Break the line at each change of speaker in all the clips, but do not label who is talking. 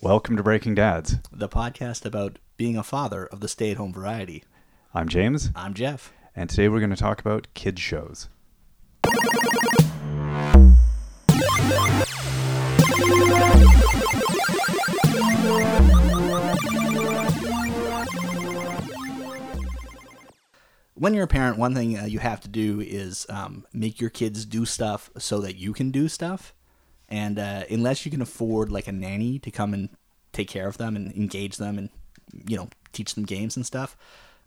Welcome to Breaking Dads.
the podcast about being a father of the stay at home variety.
I'm James,
I'm Jeff.
and today we're going to talk about kids shows.
When you're a parent, one thing uh, you have to do is um, make your kids do stuff so that you can do stuff. And uh, unless you can afford like a nanny to come and take care of them and engage them and, you know, teach them games and stuff,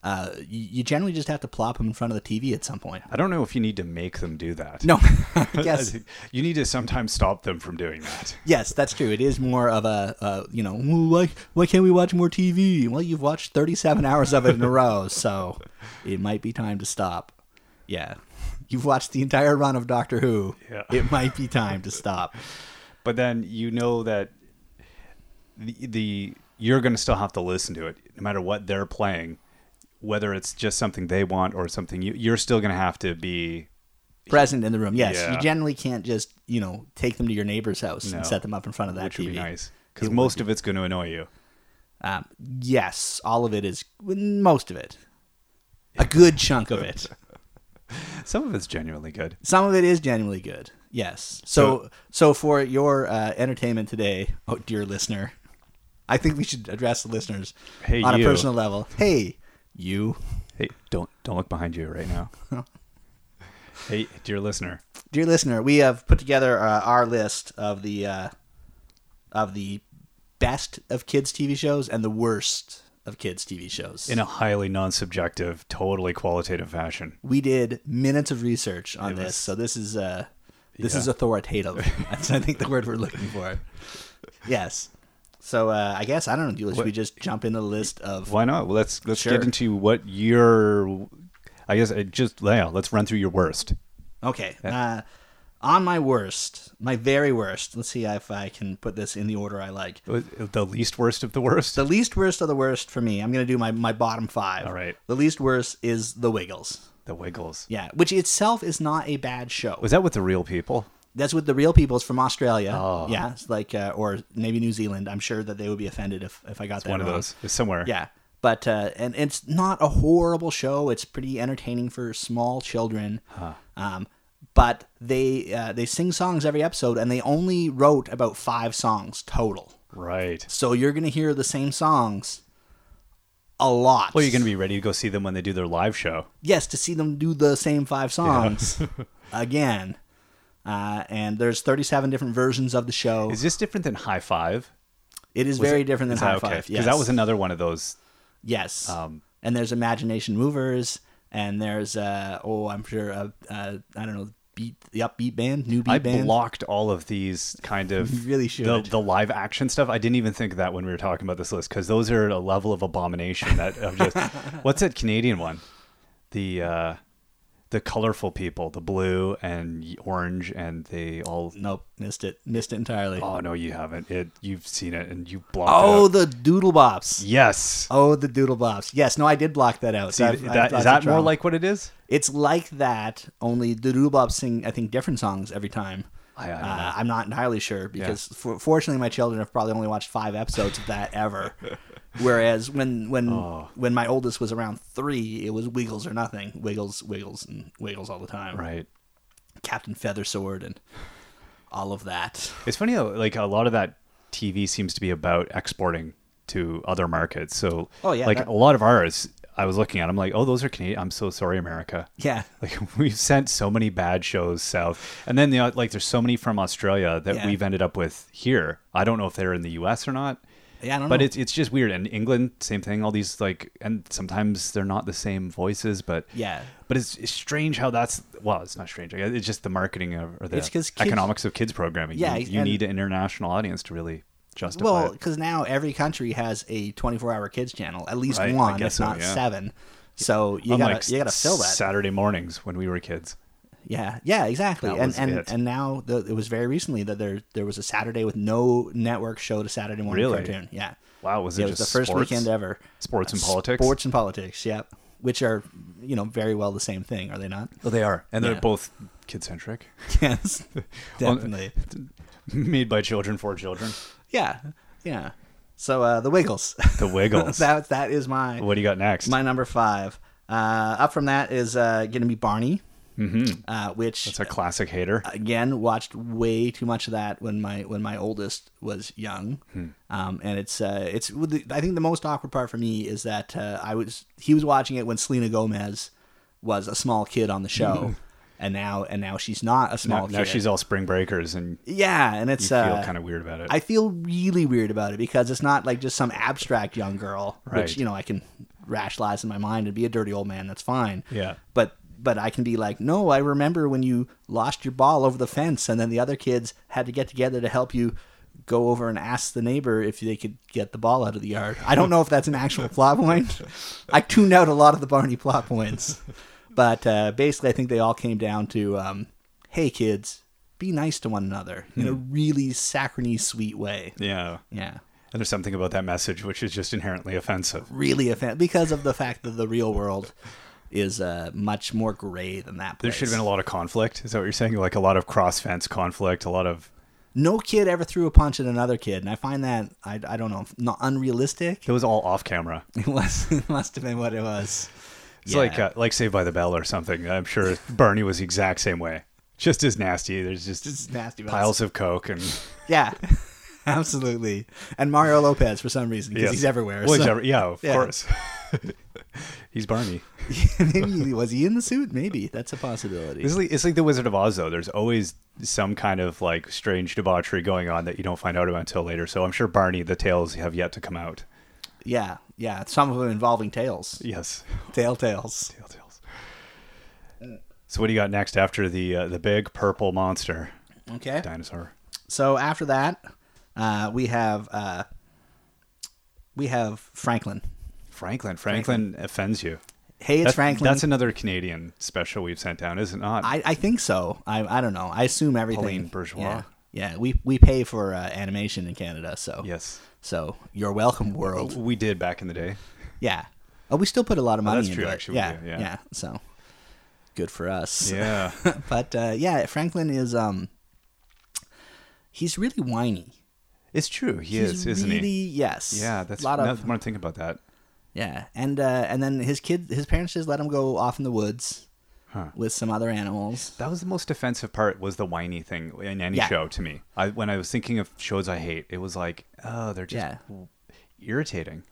uh, you, you generally just have to plop them in front of the TV at some point.
I don't know if you need to make them do that.
No,
I
yes.
think You need to sometimes stop them from doing that.
Yes, that's true. It is more of a, uh, you know, "Ooh, why, why can't we watch more TV? Well, you've watched 37 hours of it in a row, so it might be time to stop. Yeah. You've watched the entire run of Doctor Who.
Yeah.
It might be time to stop.
But then you know that the, the you're going to still have to listen to it no matter what they're playing, whether it's just something they want or something you you're still going to have to be
Present in the room. Yes.
Yeah.
You generally can't just, you know, take them to your neighbor's house
No.
and set them up in front of that
which
TV.
would be nice cuz most of it's going to annoy you.
Um, yes, all of it is, most of it. A good chunk of it.
Some of it's genuinely good.
Some of it is genuinely good. Yes. So so, for your uh, entertainment today, oh dear listener, I think we should address the listeners
Hey,
on
you.
a personal level. Hey, you,
Hey, don't don't look behind you right now. hey, dear listener.
dear listener, we have put together uh, our list of the uh, of the best of kids TV shows and the worst of kids TV shows.
in a highly non-subjective, totally qualitative fashion.
we did minutes of research on
It
this,
was-
so this is uh, this
Yeah.
is authoritative. That's I think the word we're looking for. Yes. So uh, I guess I don't know. do- Should we just jump into the list of?
Why not? Well, let's let's
Sure.
get into what your, I guess, uh, just yeah. Let's run through your worst.
Okay. Uh, on my worst, my very worst. Let's see if I can put this in the order I like.
Uh, The least worst of the worst.
The least worst of the worst for me. I'm gonna do my my bottom five.
All right.
The least worst is The Wiggles.
The Wiggles.
Yeah, which itself is not a bad show.
Was that with the real people?
That's with the real peoples from Australia.
Oh.
Yeah, it's like uh, or maybe New Zealand. I'm sure that they would be offended if, if I got that
One of
wrong.
those It's somewhere.
Yeah, but uh, and it's not a horrible show. It's pretty entertaining for small children. Um, but they uh, they sing songs every episode, and they only wrote about five songs total.
Right.
So you're gonna hear the same songs a lot.
Well, you're gonna be ready to go see them when they do their live show.
yes to see them do the same five songs again. Uh, and there's 37 different versions of the show.
Is this different than High Five?
It is
Was
very
it-
different than
is
High
that okay?
Five. Yes,
that was Um, another one of those.
yes. and there's Imagination Movers, and there's uh oh, I'm sure uh, uh I don't know beat the upbeat band, new beat
I
band.
blocked all of these kind of
You really
the,
should.
the live action stuff. I didn't even think of that when we were talking about this list because those are a level of abomination that of just what's that Canadian one? The uh, the colorful people, the blue and y- orange, and they all.
nope, missed it, missed it entirely. Oh,
Oh no, you haven't. It you've seen it and you blocked. it out.
the Doodle Bops.
yes.
Oh, the Doodle Bops. Yes, no, I did block that out.
See,
I've- I've
that,
lots
is
of
that more
trauma.
like what it is?
it's like that? Only the Doodle Bops sing, I think, different songs every time.
I- I don't
uh, I'm not entirely sure because, for, fortunately, my children have probably only watched five episodes of that ever. Whereas when when
Oh.
when my oldest was around three, it was Wiggles or nothing, Wiggles, Wiggles, and Wiggles all the time.
Right.
Captain Feathersword and all of that.
It's funny how like a lot of that TV seems to be about exporting to other markets. So
Oh, yeah,
like
that-
a lot of ours, I was looking at. I'm like, oh, those are Canadian. I'm so sorry, America.
Yeah.
Like we've sent so many bad shows south, and then you know, like there's so many from Australia that
Yeah.
we've ended up with here. I don't know if they're in the U.S. or not,
Yeah, I don't
but
know.
it's it's just weird. And England, same thing. All these like, and sometimes they're not the same voices, but
Yeah.
But it's, it's strange how that's well, it's not strange. I guess It's just the marketing of, or the
It's 'cause kids-
economics of kids programming.
Yeah,
you, you
and-
need an international audience to really justify
well,
it.
because now every country has a 24-hour kids channel, at least
Right, I
one, if
guess so,
not
yeah.
seven. So you
Unlike
gotta you gotta fill that.
Saturday mornings when we were kids.
Yeah, yeah, exactly.
That
and
was
and
it.
and now the, it was very recently that there there was a Saturday with no network show to Saturday morning
Really?
cartoon. Yeah.
Wow, was it
Yeah, it was the
just
first
sports?
weekend ever.
Sports and
Uh,
politics?
Sports and politics. Yep. Which are you know very well the same thing, are they not?
Well, they are, and
Yeah.
they're both kid centric,
yes, definitely.
made by children for children.
Yeah, yeah. So uh, the Wiggles.
The Wiggles.
that that is my
What do you got next?
my number five. Uh, up from that is uh, going to be Barney,
mm-hmm.
uh, which
That's a classic hater.
again watched way too much of that when my when my oldest was young
Hmm.
um, and it's uh, it's i think the most awkward part for me is that uh, i was he was watching it when selena gomez was a small kid on the show and now and now she's not a small
Hmm. Now,
kid
now she's all spring breakers and
yeah and
you
it's
feel
uh,
kind of weird about it.
i feel really weird about it because it's not like just some abstract young girl
Right.
which you know i can rationalize in my mind and be a dirty old man that's fine
Yeah.
but but I can be like, no, I remember when you lost your ball over the fence, and then the other kids had to get together to help you go over and ask the neighbor if they could get the ball out of the yard. I don't know if that's an actual plot point. I tuned out a lot of the Barney plot points, but uh, basically, I think they all came down to, um, hey, kids, be nice to one another in a really saccharine, sweet way.
Hmm. yeah.
Yeah.
And there's something about that message which is just inherently offensive.
Really offend because of the fact that the real world is uh, much more gray than that.
There
Place.
should have been a lot of conflict. Is that what you're saying? Like a lot of cross fence conflict, a lot of.
no kid ever threw a punch at another kid, and I find that I, I don't know not unrealistic.
It was all off camera.
It was it must have been what it was.
It's like uh, like Saved by the Bell or something. I'm sure Barney was the exact same way. Just as nasty. There's just
Just nasty about
piles of coke and
Yeah, absolutely. And Mario Lopez for some reason because
Yes.
he's everywhere.
Well, he's
so-
ever- yeah, of
Yeah.
course. he's Barney.
maybe was he in the suit? Maybe that's a possibility.
It's like, it's like the Wizard of Oz, though. There's always some kind of like strange debauchery going on that you don't find out about until later. So I'm sure Barney, the tales have yet to come out.
Yeah, yeah. Some of them involving tails,
Yes,
tail tails.
tale tales. So what do you got next after the uh, the big purple monster
Okay.
dinosaur?
So after that, uh, we have uh, we have Franklin.
Franklin. Franklin, offends you.
Hey, it's
That's-
Franklin.
That's another Canadian special we've sent down, is it not?
I, I think so. I, I don't know. I assume everything.
Pauline Bourgeois.
Yeah, yeah. We we pay for uh, animation in Canada, so
yes,
So you're welcome, world.
we did back in the day.
Yeah. Oh, we still put a lot of money.
that's
into
true,
it.
actually, we
Yeah,
do, yeah.
yeah. So good for us.
Yeah,
but uh, yeah, Franklin is um. He's really whiny.
it's true. He
He's
is, isn't
really,
he?
Yes.
Yeah, that's
a lot of
now that I'm thinking about that.
yeah, and uh, and then his kid, his parents just let him go off in the woods
Huh.
with some other animals.
That was the most offensive part was the whiny thing in any
Yeah.
show to me. I when I was thinking of shows I hate, it was like, oh, they're just
Yeah.
w- irritating.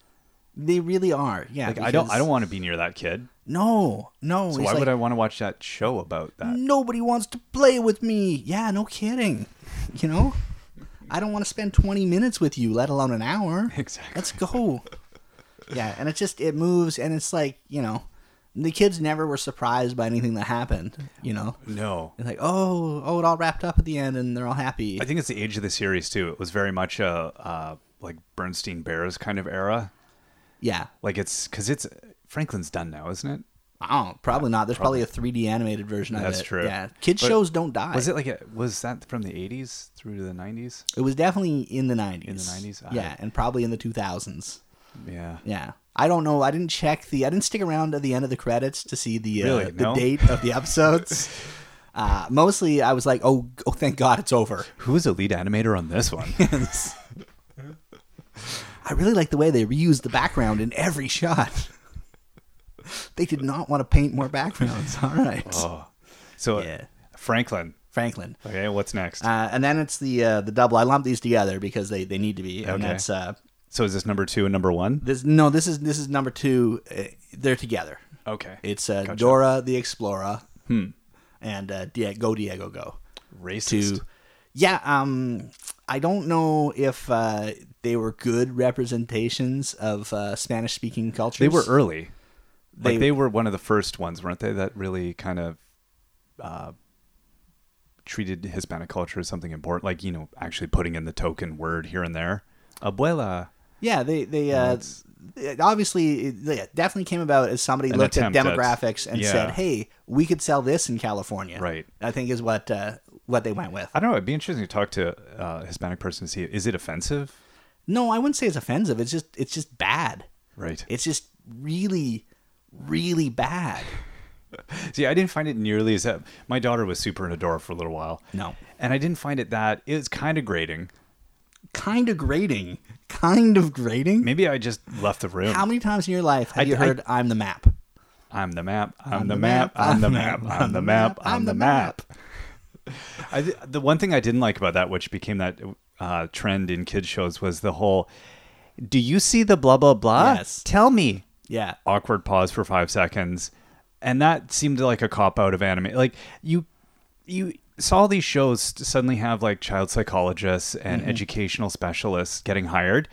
They really are. Yeah,
Like I don't I
because-
don't want to be near that kid.
No, no.
So
he's
why
like,
would I want to watch that show about that?
Nobody wants to play with me. Yeah, no kidding. You know, I don't want to spend 20 minutes with you, let alone an hour.
Exactly.
Let's go. yeah, and it just it moves, and it's like you know, the kids never were surprised by anything that happened. You know,
No.
it's like oh, oh, it all wrapped up at the end, and they're all happy.
I think it's the age of the series too. It was very much a uh, like Bernstein Bears kind of era.
yeah,
Like it's because it's Franklin's done now, isn't it?
oh, probably not. There's probably, a 3D animated version of
That's
it.
true.
Yeah, kids
But
shows don't die.
Was it like a, was that from the 80s through to the 90s?
It was definitely in the 90s.
In the 90s? Ah.
yeah, and probably in the 2000s.
Yeah.
Yeah. I don't know. I didn't check the. I didn't stick around to the end of the credits to see the uh,
Really?
the
No?
date of the episodes. uh, mostly, I was like, "Oh, oh, thank God, it's over."
Who was the lead animator on this one?
I really like the way they reused the background in every shot. they did not want to paint more backgrounds. All right,
oh. So
Yeah.
Franklin.
Franklin.
Okay, what's next?
Uh, and then it's the uh, the double. I lump these together because they, they need to be. And
Okay.
that's uh,
So is this number two and number one?
this. No, this is this is number two. Uh, they're together.
Okay.
It's uh, Dora the Explorer
Hmm.
and uh, Die- Go Diego Go.
racist.
To yeah, um, I don't know if uh, they were good representations of uh, Spanish speaking cultures.
They were early.
They-
like they were one of the first ones, weren't they? That really kind of uh, treated Hispanic culture as something important, like you know, actually putting in the token word here and there. Abuela.
yeah, they they
Oh,
uh, it obviously it- yeah, definitely came about as somebody
An
looked at
attempt at-
demographics and
yeah.
said, "Hey, we could sell this in California."
Right.
I think is what uh, what they went with.
I don't know. It'd be interesting to talk to uh, a Hispanic person to see is it offensive?
No, I wouldn't say it's offensive. It's just it's just bad.
Right.
It's just really really bad.
See, I didn't find it nearly as. uh, My daughter was super into Dora for a little while.
No.
And I didn't find it that. It was kind of grating.
kind of grating. kind of grading?
Maybe I just left the room.
How many times in your life have
I-
you
I-
heard I, am the map"?
I'm the map. I'm the map. I'm the map. I'm the map. I'm the map. I th- the one thing I didn't like about that, which became that uh, trend in kids shows, was the whole. Do you see the blah blah blah?
Yes.
Tell me.
Yeah,
Awkward pause for five seconds, and that seemed like a cop out of anime. Like you, you saw these shows t- suddenly have like child psychologists and
Mm-hmm.
educational specialists getting hired,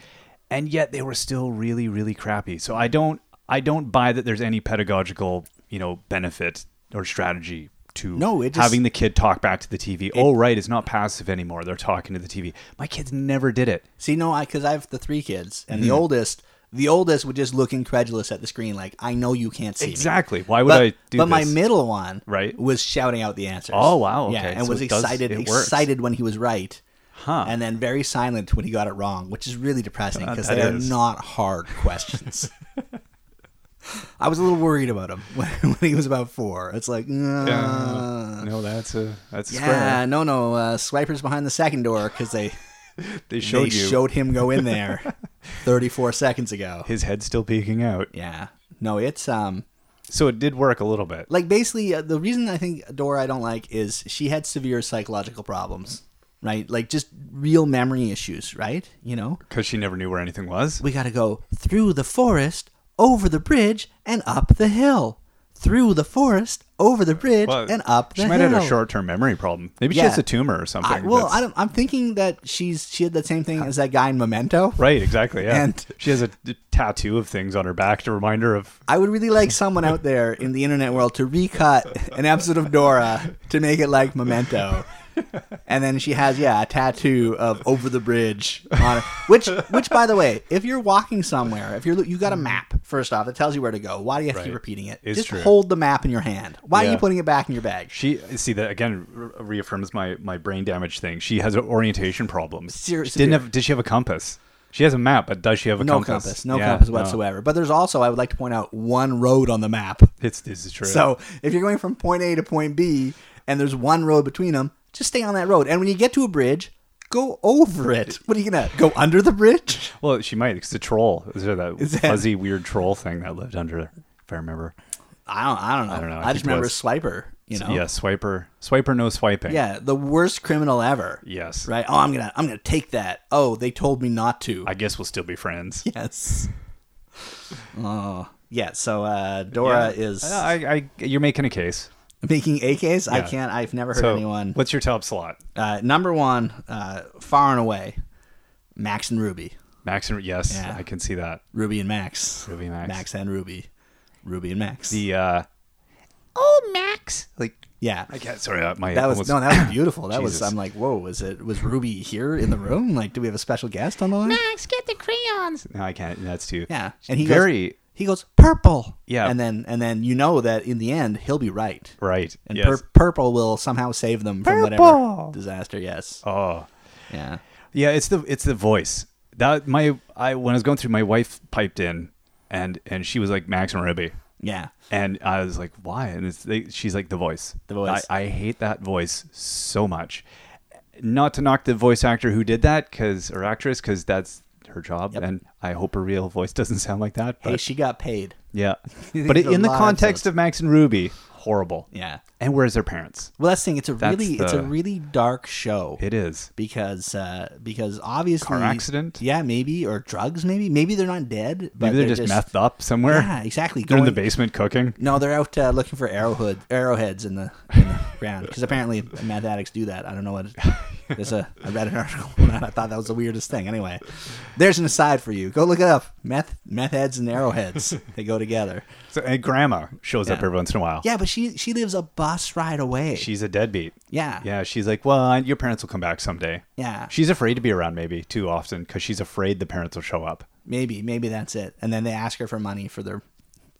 and yet they were still really really crappy. So I don't I don't buy that there's any pedagogical you know benefit or strategy. To
No, it just-
having the kid talk back to the TV. oh, right, it's not passive anymore. They're talking to the TV. My kids never did it.
See, no, I because I have the three kids, and
Mm-hmm.
the oldest, the oldest would just look incredulous at the screen, like I know you can't see. me."
Exactly. Why would
But,
I do
but
this?
my middle one,
Right.
was shouting out the answers.
Oh, wow,
Yeah,
okay,
and
so
was
it does-
excited,
it works.
excited when he was right,
Huh. Uh,
and then very silent when he got it wrong, which is really depressing because
that
they are
is.
not hard questions. I was a little worried about him when, when he was about four. It's like,
Yeah.
nah.
no, that's a that's a
Uh, yeah, no, no, uh, swipers behind the second door because they.
square. They showed
they
you
showed him go in there 34 seconds ago.
his head still peeking out.
Yeah. No, it's um
So it did work a little bit.
like basically uh, the reason I think Dora I don't like is she had severe psychological problems, right? Like just real memory issues, right? You know.
Because she never knew where anything was.
We got to go through the forest, over the bridge and up the hill. Through the forest, over the bridge
Well,
and up the
she might
hill.
have a short term memory problem. Maybe she
Yeah.
has a tumor or something.
I, well,
that's-
I don't, I'm thinking that she's she had the same thing as that guy in Memento.
Right, exactly. Yeah.
And-
she has a d- tattoo of things on her back to remind her of.
I would really like someone out there in the internet world to recut an episode of Dora to make it like Memento. And then she has, yeah, a tattoo of over the bridge on it. Which, which, by the way, if you're walking somewhere, if you're you got a map first off that tells you where to go, why do you have to keep
Right.
repeating it?
It's
Just
true.
hold the map in your hand. Why are you
Yeah.
putting it back in your bag?
She see that again re- reaffirms my my brain damage thing. She has an orientation problem.
Ser-
she didn't
severe.
have. Did she have a compass? She has a map, but does she have a
No
compass?
compass, no
Yeah,
compass whatsoever. But there's also, I would like to point out, one road on the map.
It's this is true.
So if you're going from point A to point B and there's one road between them, just stay on that road. And when you get to a bridge, go over it. What are you gonna go under the bridge?
Well, she might. It's the troll. Is there that
Is that-
fuzzy, weird troll thing that lived under there, if I remember?
I don't. I don't know. I,
don't know. I think
just
it
remember
was-
Swiper. You know.
Yeah, swiper. Swiper, no swiping.
Yeah, the worst criminal ever.
Yes.
Right. Oh, I'm gonna. I'm gonna take that. Oh, they told me not to.
I guess we'll still be friends.
yes. Oh. Yeah, so uh, Dora is
I, I, you're making a case.
making AKs. I
Yeah.
can't. I've never heard
So,
anyone.
what's your top slot?
Uh, number one, uh, far and away, Max and Ruby.
Max and yes,
Yeah.
I can see that.
Ruby and Max.
Ruby and Max.
Max and Ruby. Ruby and Max.
The uh, oh Max, like
yeah.
I can't. Sorry, uh, my
That was
almost-
no, that was beautiful. That was
Jesus.
I'm like, whoa, was it was Ruby here in the room? Like, do we have a special guest on the line?
Max, get the crayons.
no, I can't. That's too.
Yeah. And he
very
goes, he goes, purple.
Yeah.
And then and then you know that in the end he'll be right.
right.
And
yes.
pur- purple will somehow save them from
Purple.
whatever disaster. Yes.
oh,
Yeah.
Yeah, it's the it's the voice. That my I when I was going through, my wife piped in, and and she was like Max and Ruby,
Yeah.
and I was like, why? And it's they, she's like the voice.
The voice.
I, I hate that voice so much. Not to knock the voice actor who did that, because or actress, because that's her job,
Yep.
and I hope her real voice doesn't sound like that. But
Hey, she got paid.
yeah,
These
but
are
in the
live
context of Max and Ruby, horrible.
Yeah.
And where's their parents?
Well, that's the thing. It's a
That's
really it's a
the-
really dark show.
It is.
because uh, because obviously
Car accident?
yeah, maybe or drugs, maybe maybe they're not dead, but
Maybe they're, just, methed up somewhere.
Yeah, exactly.
They're in the
Going-
basement cooking.
No, they're out uh, looking for arrowhead arrowheads in the, in the ground because apparently meth addicts do that. I don't know what. There's a I read an article on that. I thought that was the weirdest thing. Anyway, there's an aside for you. Go look it up. Meth meth heads and arrowheads they go together.
So, and grandma shows up
Yeah.
every once in a while.
Yeah, but she she lives a bus ride away.
She's a deadbeat.
yeah
Yeah, she's like, well, your parents will come back someday.
yeah.
She's afraid to be around maybe too often because she's afraid the parents will show up.
maybe maybe that's it and then they ask her for money for their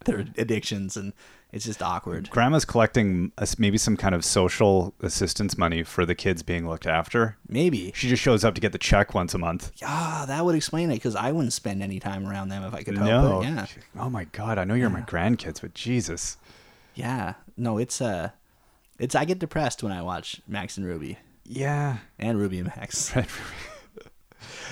their addictions and it's just awkward
Grandma's collecting uh, maybe some kind of social assistance money for the kids being looked after.
maybe
She just shows up to get the check once a month.
ah that would explain it because i wouldn't spend any time around them if i could help
No.
it yeah
She- oh my God, I know you're my grandkids, but Jesus.
yeah no it's uh it's i get depressed when i watch max and ruby
Yeah.
and ruby and max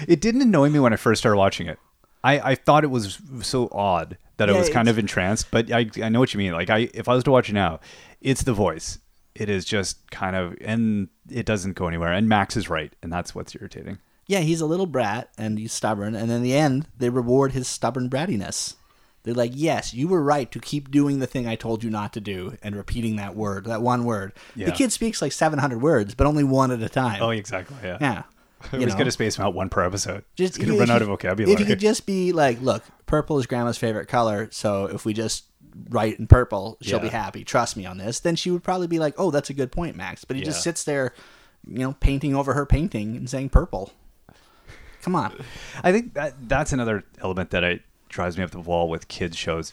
It didn't annoy me when I first started watching it. I, I thought it was so odd that I
Yeah,
was kind
it's-
of entranced, but I, I know what you mean. Like I if I was to watch it now, it's the voice. It is just kind of and it doesn't go anywhere. And Max is right, and that's what's irritating.
Yeah, he's a little brat and he's stubborn. And in the end, they reward his stubborn brattiness. They're like, yes, you were right to keep doing the thing I told you not to do and repeating that word, that one word.
Yeah.
The kid speaks like 700 words, but only one at a time.
Oh exactly. Yeah.
yeah.
We
You
just
know.
gotta space them out one per episode.
Just
Just gonna
if
run
you-
out of
If
vocabulary.
you could just be like, look, purple is grandma's favorite color, so if we just write in purple, she'll be
Yeah.
happy. Trust me on this. Then she would probably be like, oh, that's a good point, Max. But he
Yeah.
just sits there, you know, painting over her painting and saying purple. Come on.
I think that that's another element that I drives me up the wall with kids shows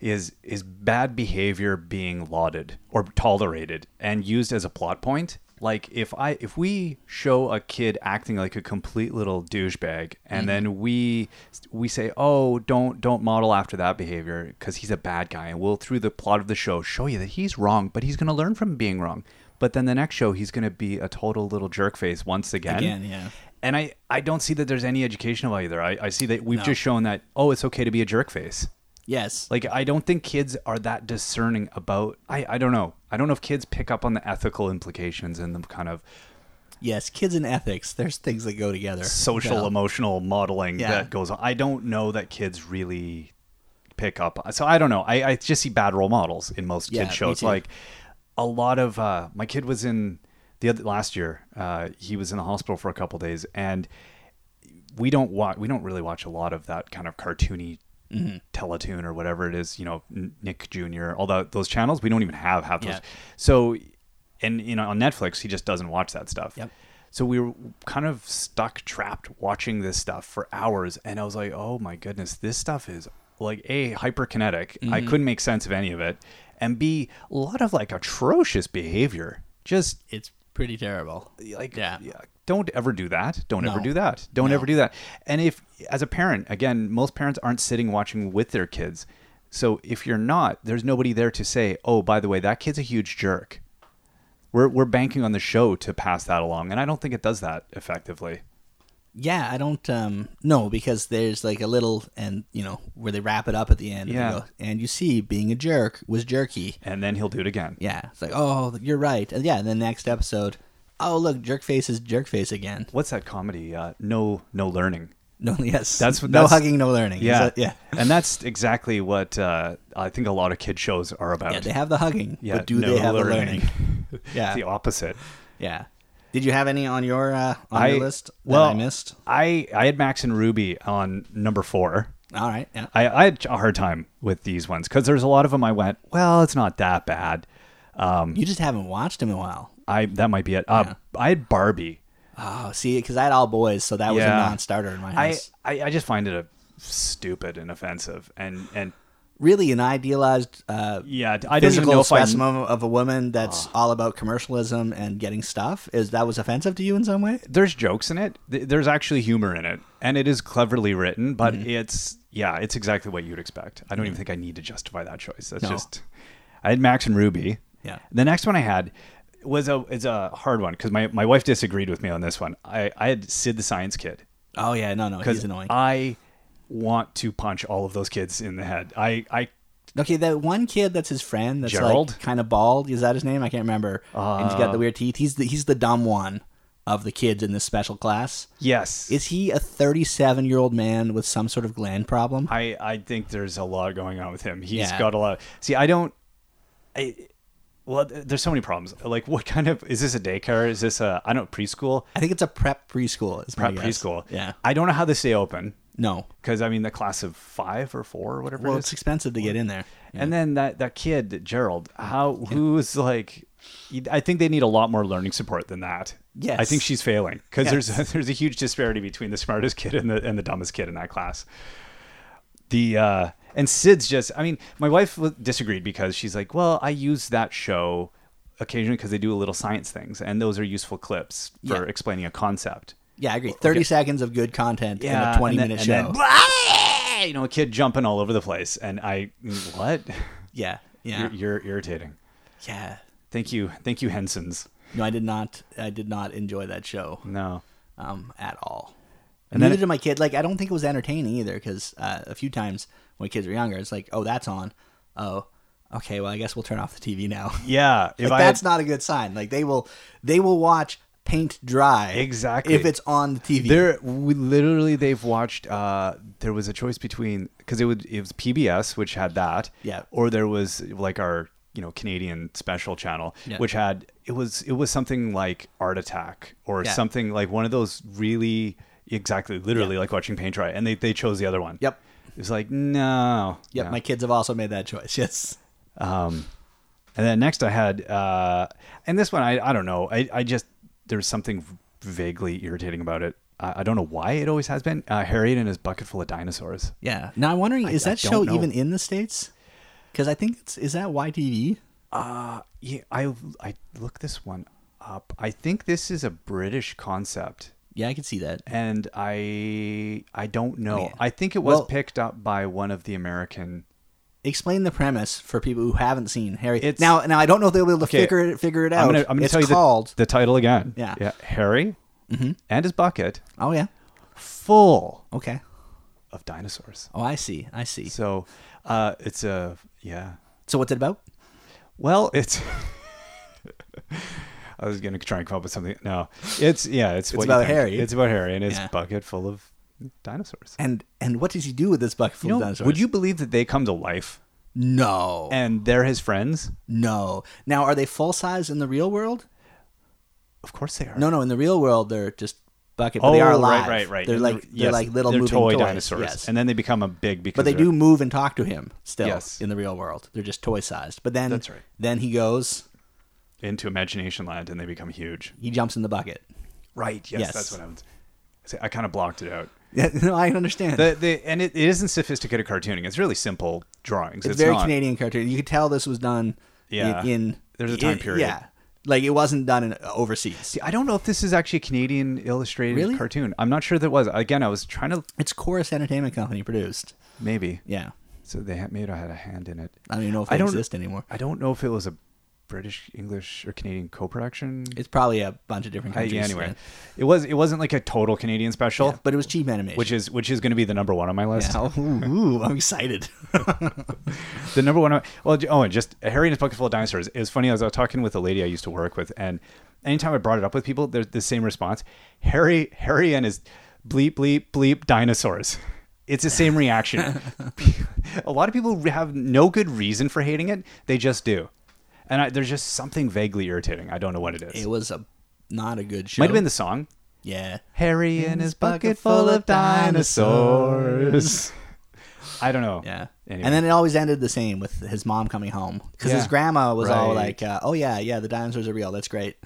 is is bad behavior being lauded or tolerated and used as a plot point. Like if I if we show a kid acting like a complete little douchebag and
Mm-hmm.
then we we say, "Oh, don't don't model after that behavior cuz he's a bad guy." And we'll through the plot of the show show you that he's wrong, but he's going to learn from being wrong. But then the next show he's going to be a total little jerk face once again.
Again, yeah.
And I, I don't see that there's any educational value there. I, I see that we've just shown that, oh, it's okay to be a jerk face.
Yes.
Like, I don't think kids are that discerning about, I, I don't know. I don't know if kids pick up on the ethical implications and the kind of
Yes, kids and ethics. There's things that go together.
social,
Yeah.
emotional modeling
Yeah.
that goes on. I don't know that kids really pick up. So I don't know. I, I just see bad role models in most
Yeah,
kid
me
shows.
too.
Like a lot of uh, my kid was in the other last year. Uh, he was in the hospital for a couple days, and we don't watch. We don't really watch a lot of that kind of cartoony.
Mm-hmm.
Teletoon or whatever it is, you know, N- Nick Jr. All tho- those channels we don't even have half those.
Yeah.
So, and you know, on Netflix he just doesn't watch that stuff.
Yep.
So we were kind of stuck, trapped watching this stuff for hours. And I was like, oh my goodness, this stuff is like A, hyperkinetic. I couldn't make sense of any of it. And B, a lot of like atrocious behavior. Just
It's pretty terrible.
like,
Yeah.
don't ever do that. Don't ever
No.
do that. Don't
No.
ever do that. And if, as a parent, again, most parents aren't sitting watching with their kids. So if you're not, there's nobody there to say, oh, by the way, that kid's a huge jerk. We're, we're banking on the show to pass that along. And I don't think it does that effectively.
Yeah, I don't um no, because there's like a little and you know, where they wrap it up at the end and they
Yeah.
go, and you see being a jerk was jerky.
and then he'll do it again.
Yeah. It's like, oh you're right. And yeah, and then next episode, oh look, jerk face is jerk face again.
What's that comedy? Uh, no, no learning.
No yes.
That's what-
no
that's-
hugging, no learning. Is
Yeah,
that- yeah.
and that's exactly what uh, I think a lot of kid shows are about.
Yeah, they have the hugging,
Yeah,
but do
no
they have the
learning.
learning? Yeah.
It's the opposite.
yeah. Did you have any on your uh, on your list that
well,
I missed?
I I had Max and Ruby on number four.
All right. Yeah.
I, I had a hard time with these ones because there's a lot of them. I went, well, it's not that bad.
You just haven't watched him in a while.
I that might be it. Uh, I had Barbie.
Oh, see, because I had all boys, so that was a
Yeah.
non-starter in my
I,
house.
I I just find it a stupid and offensive and and
really, an idealized uh,
yeah. I don't even know
physical
if I Ah.
specimen of a woman that's all about commercialism and getting stuff. Is that was offensive to you in some way?
there's jokes in it. Th- There's actually humor in it, and it is cleverly written. But
Mm-hmm.
it's yeah, it's exactly what you'd expect. I don't even think I need to justify that choice. That's
No.
just I had Max and Ruby.
Yeah.
The next one I had was a is a hard one because my my wife disagreed with me on this one. I I had Sid the Science Kid
Oh yeah, no, no, he's annoying.
I want to punch all of those kids in the head. I I.
okay, that one kid that's his friend, that's
Gerald? Uh.
like kind of bald. Is that his name? I can't remember. and he's got the weird teeth. He's the he's the dumb one of the kids in this special class.
Yes,
Is he a thirty-seven-year-old man with some sort of gland problem?
I I think there's a lot going on with him. He's
Yeah.
got a lot. See, I don't. I well, th- there's so many problems. Like, what kind of is this a daycare? Is this a I don't preschool?
I think it's a prep preschool. Is my
Prep
guess.
preschool.
Yeah.
I don't know how they stay open
No.
because I mean the class of five or four or whatever
Well,
it
it's
is.
expensive to get in there.
And then that that kid Gerald, how who's like. I think they need a lot more learning support than that.
Yes.
I think she's failing because
Yes.
there's there's a huge disparity between the smartest kid and the and the dumbest kid in that class. the uh and sid's just i mean my wife w- disagreed because she's like well i use that show occasionally because they do a little science things and those are useful clips for
Yeah.
explaining a concept
Yeah, I agree. Thirty seconds of good content in a twenty-minute
and
show.
then- and then, you know a kid jumping all over the place and i what
yeah, yeah,
you're, you're irritating
yeah.
thank you thank you henson's
No, I did not. I did not enjoy that show.
no
um, at all.
And
And
then
Neither
it-
did my kid. Like, I don't think it was entertaining either because uh, a few times when kids were younger, it's like, oh, that's on. Oh, okay. Well, I guess we'll turn off the TV now.
Yeah, if
like,
I
that's
had-
not a good sign. Like, they will they will watch paint dry
Exactly.
if it's on the TV.
There, we literally, they've watched. Uh, there was a choice between because it would it was PBS, which had that,
Yeah.
or there was like our you know Canadian special channel,
Yeah.
which had it was it was something like Art Attack or
Yeah.
something like one of those really exactly literally like watching paint dry, and they they chose the other one.
Yep.
It's like no.
Yep,
no.
my kids have also made that choice. Yes.
Um, and then next I had, uh, and this one, I, I don't know. I, I just, there's something vaguely irritating about it. I, I don't know why it always has been. Uh, Harriet and his bucket full of dinosaurs.
Yeah. Now I'm wondering, is
I
that
don't
show
know.
even in the states? Because I think it's is that YTV.
Yeah, I, I look this one up. I think this is a British concept.
Yeah, I can see that.
And I, I don't know.
Man.
I think it was
Well-
picked up by one of the American.
Explain the premise for people who haven't seen Harry.
It's-
now, now I don't know if they'll be able to
Okay,
figure it figure it out.
I'm gonna, I'm gonna
it's
tell you the-
called.
the, title again.
Yeah.
yeah. Harry and his bucket
Oh yeah.
Mm-hmm. full
Okay.
of dinosaurs.
Oh, I see. I see. So,
So uh, it's a yeah.
what's it about?
Well, it's. I was gonna try and come up with something. No, it's yeah. It's, what you
about
think.
Harry.
It's about Harry and his
Yeah.
bucket full of dinosaurs.
And and what does he do with this bucket full
You know,
of dinosaurs?
would you believe that they come to life
No.
and they're his friends?
no. Now, are they full size in the real world?
Of course they are. Oh,
No, no. In the real world, they're just bucket. But they are alive.
right, right, right.
They're
And
like they're
yes,
like little
they're
moving
toy
toys.
dinosaurs,
Yes.
and then they become a big because
but they
they're-
do move and talk to him still
Yes.
in the real world. They're just toy sized. But then
That's right.
then he goes,
into imagination land and they become huge.
he jumps in the bucket.
Right. Yes,
Yes.
that's what I was. see, I kind of blocked it out.
Yeah, no, I understand.
The, the, and it, it isn't sophisticated cartooning. It's really simple drawings.
it's,
It's,
very
not,
Canadian cartoon. You could tell this was done
Yeah.
in, in
There's a time
in-
period.
Yeah. Like it wasn't done in, overseas.
See, I don't know if this is actually a Canadian illustrated
Really?
cartoon. I'm not sure that it was. Again, I was trying to
It's Chorus Entertainment Company produced.
maybe.
Yeah.
So they had, maybe I had a hand in it.
I don't even know if
I
they
don't-
exist anymore.
I don't know if it was a British, English, or Canadian co-production.
It's probably a bunch of different
I-
countries.
yeah, anyway,
man.
it was. It wasn't like a total Canadian special,
Yeah, but it was cheap animation.
which is which is going to be the number one on my list.
yeah. Ooh, ooh, I'm excited.
the number one. Well, j- oh, and just Harry and his bucket full of dinosaurs. It was funny. I was, I was talking with a lady I used to work with, and anytime I brought it up with people, there's the same response: Harry, Harry and his bleep bleep bleep dinosaurs. It's the same reaction. a lot of people have no good reason for hating it; they just do. And I, there's just something vaguely irritating. I don't know what it is.
it was a not a good show.
Might have been the song.
yeah.
Harry and his bucket full of dinosaurs. I don't know.
Yeah.
Anyway.
And then it always ended the same with his mom coming home because his
Yeah.
grandma was all
Right.
like, uh, "Oh yeah, yeah, the dinosaurs are real. That's great."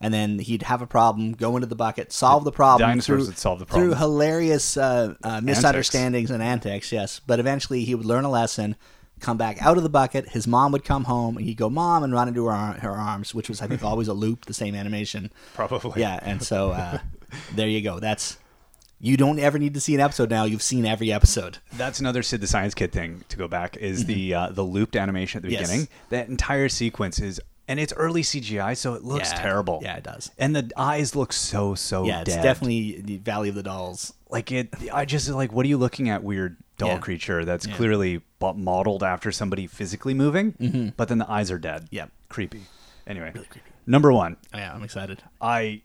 And then he'd have a problem, go into the bucket, solve the problem.
dinosaurs
through,
would solve the
through
problem.
hilarious uh, uh, misunderstandings and antics. Yes, but eventually he would learn a lesson, come back out of the bucket. His mom would come home, and he'd go, "Mom," and run into her, ar- her arms, which was I think always a loop, the same animation.
Probably.
Yeah, and so uh, there you go. That's you don't ever need to see an episode now. You've seen every episode.
That's another Sid the Science Kid thing to go back is the uh, the looped animation at the
Mm-hmm. Yes.
beginning. That entire sequence is and it's early CGI, so it looks
Yeah.
terrible.
Yeah, it does.
And the eyes look so so
yeah, it's
dead.
definitely the Valley of the Dolls.
like it. I just like what are you looking at, weird doll
Yeah.
creature that's clearly bo- modeled after somebody physically moving,
Mm-hmm.
but then the eyes are dead.
Yep.
creepy. Anyway, number one,
Oh, Yeah, I'm excited.
I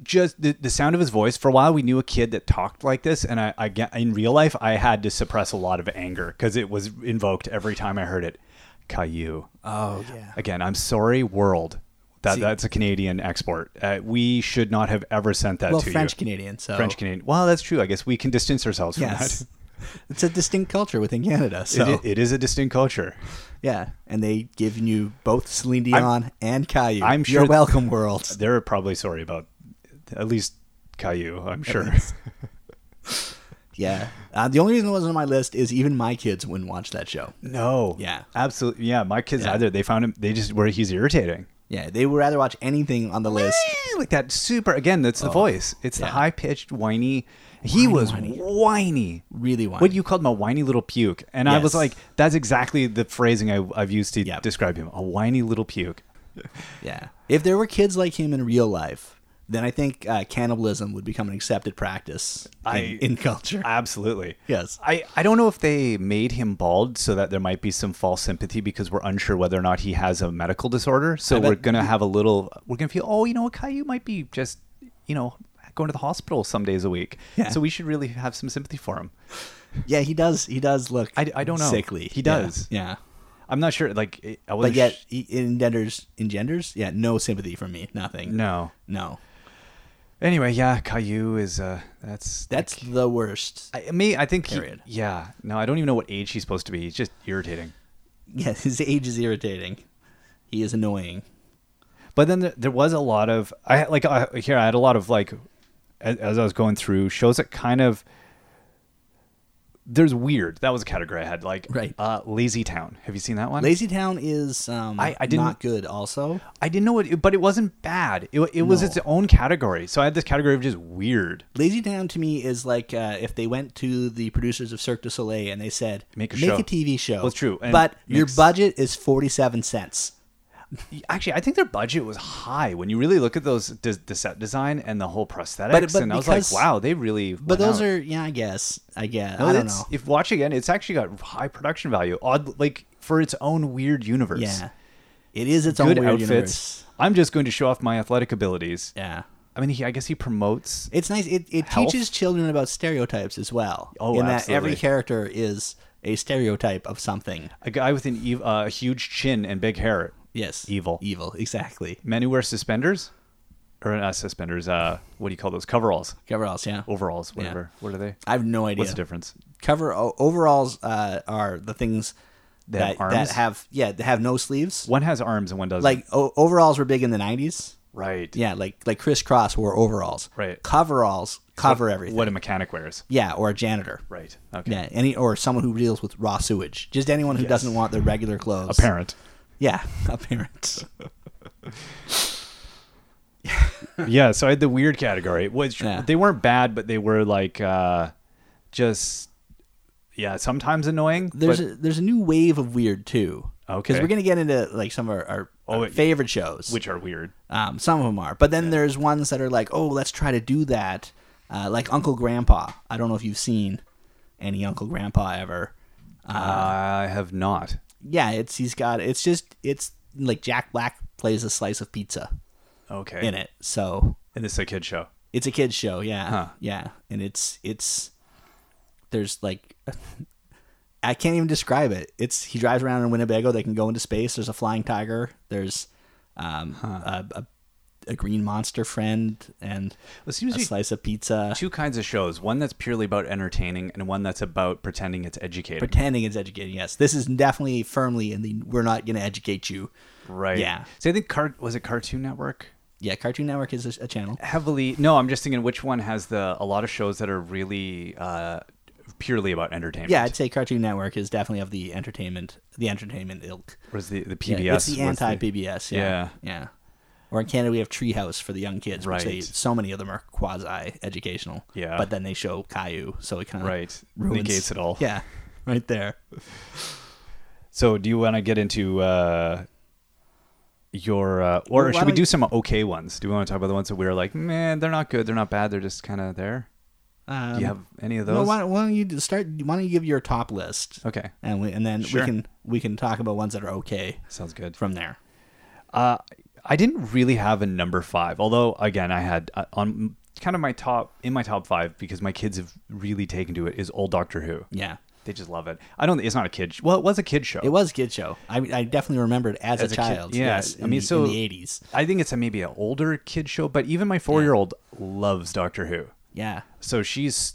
just the, the sound of his voice. For a while, we knew a kid that talked like this, and I, I get- in real life, I had to suppress a lot of anger because it was invoked every time I heard it. Caillou.
Oh yeah.
Again, I'm sorry, world. That that's a Canadian export. Uh, we should not have ever sent that
Well,
to
French
you.
Canadian, so
French Canadian. Well, that's true. I guess we can distance ourselves from
Yes, it's a distinct culture within Canada.
that.
So
It, it is a distinct culture.
yeah, and they give you both Celine Dion and Caillou.
I'm sure-
You're welcome, world.
They're probably sorry about at least Caillou. I'm sure.
Yeah. Uh, the only reason it wasn't on my list is even my kids wouldn't watch that show.
no.
Yeah.
Absolutely. Yeah. My kids
Yeah.
either they found him. They just where he's irritating.
Yeah, they would rather watch anything on the list.
like that super again that's the voice it's the
Oh. yeah.
high pitched whiny he was whiny,
Really whiny.
what you called him a whiny little puke and i was
Yes.
like that's exactly the phrasing I, i've used to
Yep.
describe him a whiny little puke
Yeah. If there were kids like him in real life, then I think uh, cannibalism would become an accepted practice in,
I-
in culture.
Absolutely.
Yes.
I, I don't know if they made him bald so that there might be some false sympathy because we're unsure whether or not he has a medical disorder. So
bet-
we're going to have a little, we're going to feel, oh, you know what, Caillou might be just, you know, going to the hospital some days a week.
Yeah.
So we should really have some sympathy for him.
yeah, he does. He does look.
I- I don't know.
Sickly.
He
Yeah,
does.
Yeah.
I'm not sure. Like, it- I
But
wasn't
yet,
sh-
he engenders engenders. Yeah. No sympathy from me. Nothing.
no.
No.
Anyway, yeah, Caillou is, uh, that's,
That's the worst.
I, me, I think, he-
Period.
yeah. No, I don't even know what age he's supposed to be. He's just irritating.
Yeah, his age is irritating. He is annoying.
But then there, there was a lot of I like I, here I had a lot of like as, as I was going through shows that kind of there's weird. That was a category I had like
Right.
uh, Lazy Town. Have you seen that one?
Lazy Town is um,
I- I didn't-
not good. Also,
I didn't know what, but it wasn't bad. It, it was
No.
its own category. So I had this category of just weird.
Lazy Town to me is like uh, if they went to the producers of Cirque du Soleil and they said,
Make a show."
TV show."
Well, it's true, and
but your
makes-
budget is forty-seven cents.
Actually, I think their budget was high when you really look at those des- the set design and the whole prosthetics.
but
and I was
because-
like, wow, they really. went
But those
out.
are yeah, I guess I guess
No,
I don't
it's-
know.
If watch again, it's actually got high production value. Odd, like for its own weird universe.
Yeah, it is its own
good
weird
outfits.
universe.
I'm just going to show off my athletic abilities.
Yeah,
I mean, he, I guess he promotes.
it's nice. It it
Health?
teaches children about stereotypes as well.
Oh,
in that every
absolutely.
character is a stereotype of something.
A guy with an ev- uh, huge chin and big hair.
Yes,
Evil.
evil, exactly.
Men who wear suspenders, or not suspenders. Uh, what do you call those? Coveralls,
Coveralls, yeah.
overalls, whatever. What are they?
I have no idea.
What's the difference?
Cover o- overalls uh, are the things
They have
that
arms?
that have yeah that have no sleeves.
One has arms and one doesn't.
Like o- overalls were big in the nineties.
right.
Yeah, like like crisscross wore overalls.
Right.
Coveralls cover everything.
What a mechanic wears.
Yeah, or a janitor.
Right. Okay.
Yeah, any or someone who deals with raw sewage. Just anyone who doesn't want their regular clothes.
A parent.
Yeah, a parent.
yeah. So I had the weird category, which
Yeah.
they weren't bad, but they were like uh, just yeah, sometimes annoying.
There's
but-
a, there's a new wave of weird too.
Okay.
we're gonna get into like some of our, our,
Oh,
our
it-
favorite shows.
which are weird.
Um, some of them are, but then there's ones that are like, oh, let's try to do that, uh, like Uncle Grandpa. I don't know if you've seen any Uncle Grandpa ever.
I have not.
Yeah, it's he's got it's just it's like Jack Black plays a slice of pizza
Okay.
in it, so
And this is a kid show.
it's a kids show. Yeah,
Huh.
yeah, and it's it's there's like. I can't even describe it. It's he drives around in Winnebago. They can go into space. There's a flying tiger. There's um, a, a, a green monster friend and
Well, it seems
a
to be
slice of pizza.
two kinds of shows. One that's purely about entertaining, and one that's about pretending it's educated.
pretending it's educating. Yes, this is definitely firmly in the we're not going to educate you.
right.
Yeah.
So I think cart was it Cartoon Network
Yeah, Cartoon Network is a, a channel.
heavily. No, I'm just thinking which one has the a lot of shows that are really uh, purely about entertainment.
Yeah, I'd say Cartoon Network is definitely of the entertainment, the entertainment ilk.
was the the PBS.
Yeah, it's the
was
anti PBS. Yeah,
Yeah.
yeah. Or in Canada, we have Treehouse for the young kids, which they,
Right.
so many of them are quasi educational.
Yeah.
But then they show Caillou, so it kind of
Right.
ruins.
Negates it all.
Yeah, right there.
So do you want to get into? Uh, your uh, or
Well, why
should we
don't
do
you-
some okay ones? Do we want to talk about the ones that we were like, man, they're not good, they're not bad, they're just kind of there?
Um,
Do you have any of
well,
those?
why, don't- why don't you just start? Why don't you give your top list?
okay,
And we, and then
Sure.
we can we can talk about ones that are okay
sounds good.
from there.
Uh, I didn't really have a number five, although again, I had uh, on kind of my top in my top five because my kids have really taken to it. Is old Doctor Who?
Yeah.
They just love it. I don't. It's not a kid. sh- Well, it was a kid show.
It was a kid show. I, I definitely remember it as,
As
a
a kid-
child.
yeah.
Yes.
I
in
mean,
the-
so-
in the eighties.
I think it's a, maybe an older kid show, but even my four year old loves Doctor Who.
Yeah.
So she's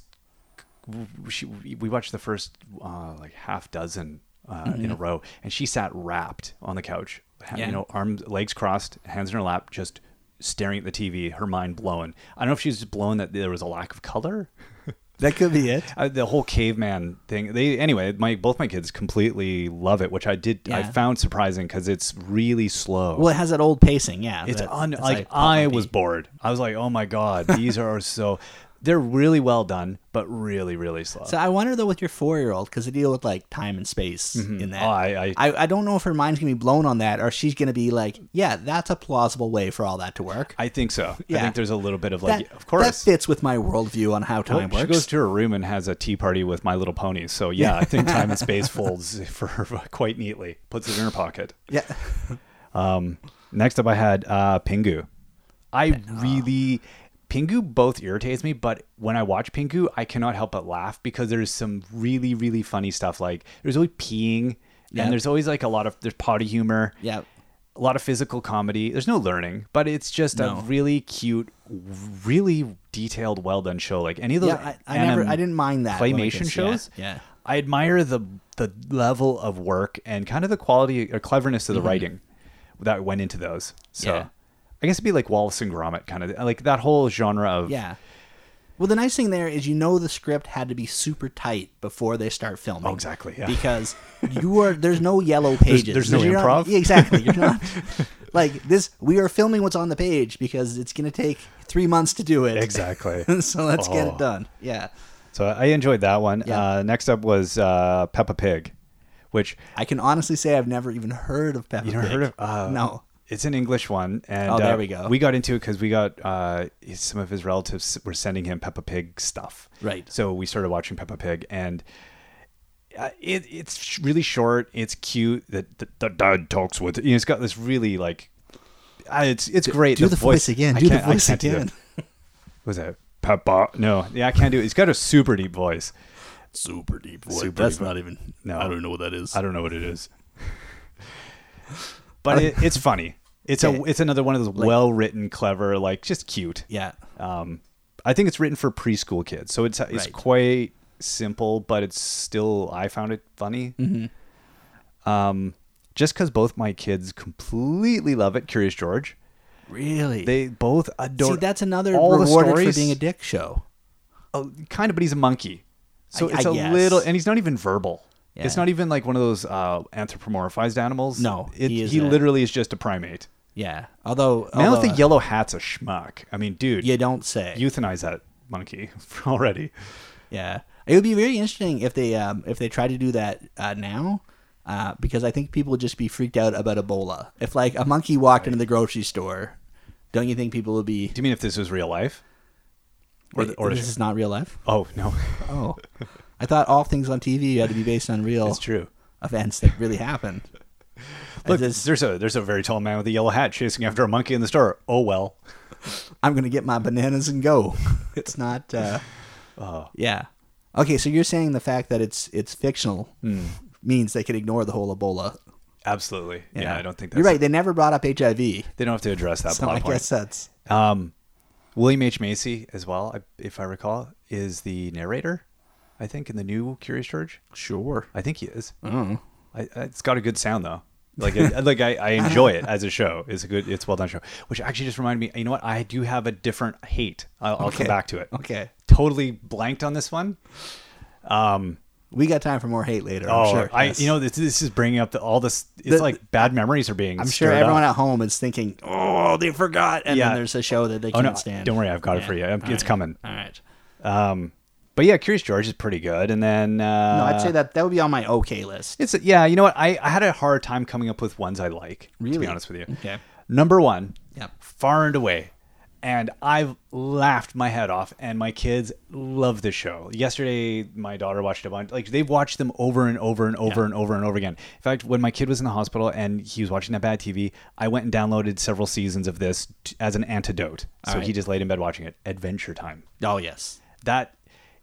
she, we watched the first uh, like half dozen uh, in a row, and she sat wrapped on the couch, ha-
Mm-hmm. Yeah.
you know, arms legs crossed, hands in her lap, just staring at the TV, her mind blown. I don't know if she was just blown that there was a lack of color.
That could be it.
Uh, the whole caveman thing. They anyway, my both my kids completely love it, which I did. I
Yeah.
found surprising because it's really slow.
Well, it has that old pacing. Yeah.
It's
that-
un
that's
like
pop
I
might
was
be.
bored. I was like, oh my god, these are so. They're really well done, but really, really slow.
So I wonder though with your four year old because they deal with like time and space in that.
Oh, I- I-
I don't know if her mind's gonna be blown on that or she's gonna be like, yeah, that's a plausible way for all that to work.
I think so. I
Yeah.
think there's a little bit of like,
that,
of course.
that fits with my worldview on how time
Well,
works.
she goes to her room and has a tea party with My Little Ponies. So yeah, I think time and space folds for her quite neatly. Puts it in her pocket.
yeah,
Um, next up, I had uh, Pingu. I really Pingu both irritates me, but when I watch Pingu, I cannot help but laugh because there's some really really funny stuff. Like there's always peeing,
Yep.
and there's always like a lot of there's potty humor.
yeah.
A lot of physical comedy. There's no learning, but it's just
No.
a really cute, really detailed, well done show. Like any of those,
Yeah, I- I never-
anim-
I didn't mind that when I
claymation
was-
shows.
yeah, yeah.
I admire the the level of work and kind of the quality or cleverness of the writing that went into those. So
Mm-hmm. Yeah.
I guess it'd be like Wallace and Gromit, kind of like that whole genre of
Yeah. Well, the nice thing there is you know the script had to be super tight before they start filming.
Oh, exactly, yeah.
Because you are there's no yellow pages.
there's no
You're not-
improv?
yeah, exactly. You're not like this. We are filming what's on the page because it's going to take three months to do it.
exactly.
so let's get it
Oh.
done. Yeah.
So I enjoyed that one.
Yeah.
Uh, next up was uh, Peppa Pig, which
I can honestly say I've never even heard of Peppa
You never
Pig.
heard of? Uh,
no.
It's an English one, and
Oh, there
uh,
we go.
We got into it because we got uh, his- some of his relatives were sending him Peppa Pig stuff.
Right.
So we started watching Peppa Pig, and uh, it it's sh- really short. It's cute. That the, the dad talks with. You know, it's got this really like. Uh, it's it's great.
Do the, voice, again.
I
Do the
can't- I
voice
can't do the-
again.
Was it Peppa? No, yeah, I can't do it. It's got a super deep voice.
Super deep voice.
Super That's deep.
not even.
No. I don't know
what that is.
I don't know what it is, but it, it's funny. It's a
Okay.
it's another one of those well written, clever, like just cute.
Yeah.
Um, I think it's written for preschool kids, so it's it's
Right.
quite simple, but it's still I found it funny.
Mm-hmm.
Um, just because both my kids completely love it, Curious George,
Really.
they both adore.
See, that's another
all the
rewarded for
stories-
being a dick show.
Oh, kind of, but he's a monkey, so
I-
it's
I
a
guess.
little, and he's not even verbal. It's
Yeah.
not even like one of those uh, anthropomorphized animals.
No,
it,
he
he,
is a-
literally is just a primate.
Yeah. Although,
Man with
although,
the
uh,
yellow hat's a schmuck. I mean, dude,
you don't say.
euthanize that monkey already.
yeah. It would be very interesting if they um, if they try to do that uh, now, uh, because I think people would just be freaked out about Ebola. If like a monkey walked into the grocery store, don't you think people would be?
Do you mean if this was real life? Or,
Wait,
or
this is not real life.
oh no,
Oh, I thought all things on TV had to be based on real
it's true.
events that really happened.
Look,
This-
there's a there's a very tall man with a yellow hat chasing after a monkey in the store. Oh well,
I'm gonna get my bananas and go. It's not. Uh,
Oh.
Yeah. Okay, so you're saying the fact that it's it's fictional
Hmm.
means they can ignore the whole Ebola.
absolutely. Yeah, I don't think that's
you're right. They never brought up HIV.
They don't have to address that
So
plot
I
point.
guess that's
Um, William H Macy as well, I- if I recall, is the narrator. I think in the new Curious George.
sure.
I think he is.
Oh,
I, I- it's got a good sound though. Like, it, like I, I enjoy it as a show. It's a good, it's a well done show. Which actually just reminded me. You know what? I do have a different hate. I'll, I'll
Okay.
come back to it.
Okay.
Totally blanked on this one. Um.
we got time for more hate later.
Oh,
I'm sure.
I.
Yes.
You know, this, this is bringing up the, all this. It's
The-
like bad memories are being.
I'm sure
stirred
everyone
up.
at home is thinking, "Oh, they forgot," and
Yeah.
then there's a show that they
Oh
can't
no!
stand.
Don't worry, I've got it
Yeah.
for you. I'm-
All
It's
right.
coming.
All right.
Um. But yeah, Curious George is pretty good, and then. Uh,
No, I'd say that that would be on my okay list.
It's yeah. You know what? I, I had a hard time coming up with ones I like. To
Really?
be honest with you.
Okay.
Number one.
Yep.
Far and away, and I've laughed my head off, and my kids love this show. Yesterday, my daughter watched a bunch. Like they've watched them over and over and over
Yeah.
and over and over again. In fact, when my kid was in the hospital and he was watching that bad TV, I went and downloaded several seasons of this t- as an antidote. so
right.
he just laid in bed watching it. Adventure Time.
Oh yes.
That.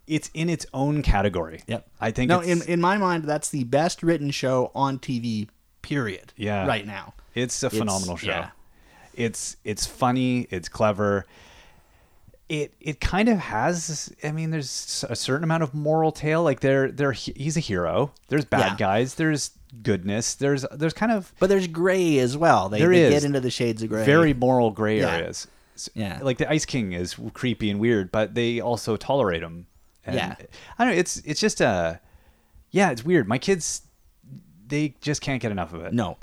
It's in its own category.
Yep.
I think
no.
it's,
In in my mind, that's the best written show on TV. Period.
Yeah.
Right now.
It's a phenomenal show.
yeah.
It's it's funny, it's clever. It it kind of has I mean there's a certain amount of moral tale like there there he's a hero. There's bad
Yeah.
guys, there's goodness. There's there's kind of
But there's gray as well. They,
There
they
is.
get into the shades of gray.
very moral gray
Yeah.
areas. S-
Yeah.
Like the Ice King is creepy and weird, but they also tolerate him. And
Yeah.
I don't know, it's it's just uh, a yeah, it's weird. My kids they just can't get enough of it.
no.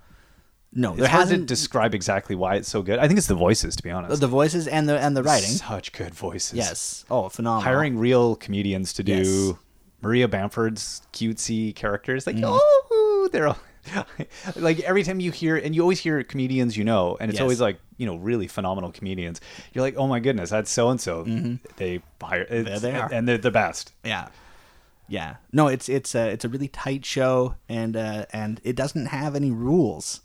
No,
It's
there
hard
hasn't
to describe exactly why it's so good. I think it's the voices, to be honest.
the voices and the and the writing.
Such good voices.
Yes. Oh, phenomenal.
Hiring real comedians to do
Yes. Mm.
Maria Bamford's cutesy characters, like oh, they're all, like every time you hear, and you always hear comedians you know, and it's
Yes.
always like you know really phenomenal comedians. You're like, oh my goodness, that's so and so. They hire, it's-
Mm-hmm. they are.
and they're the best.
Yeah. Yeah. No, it's it's a it's a really tight show, and uh, and it doesn't have any rules.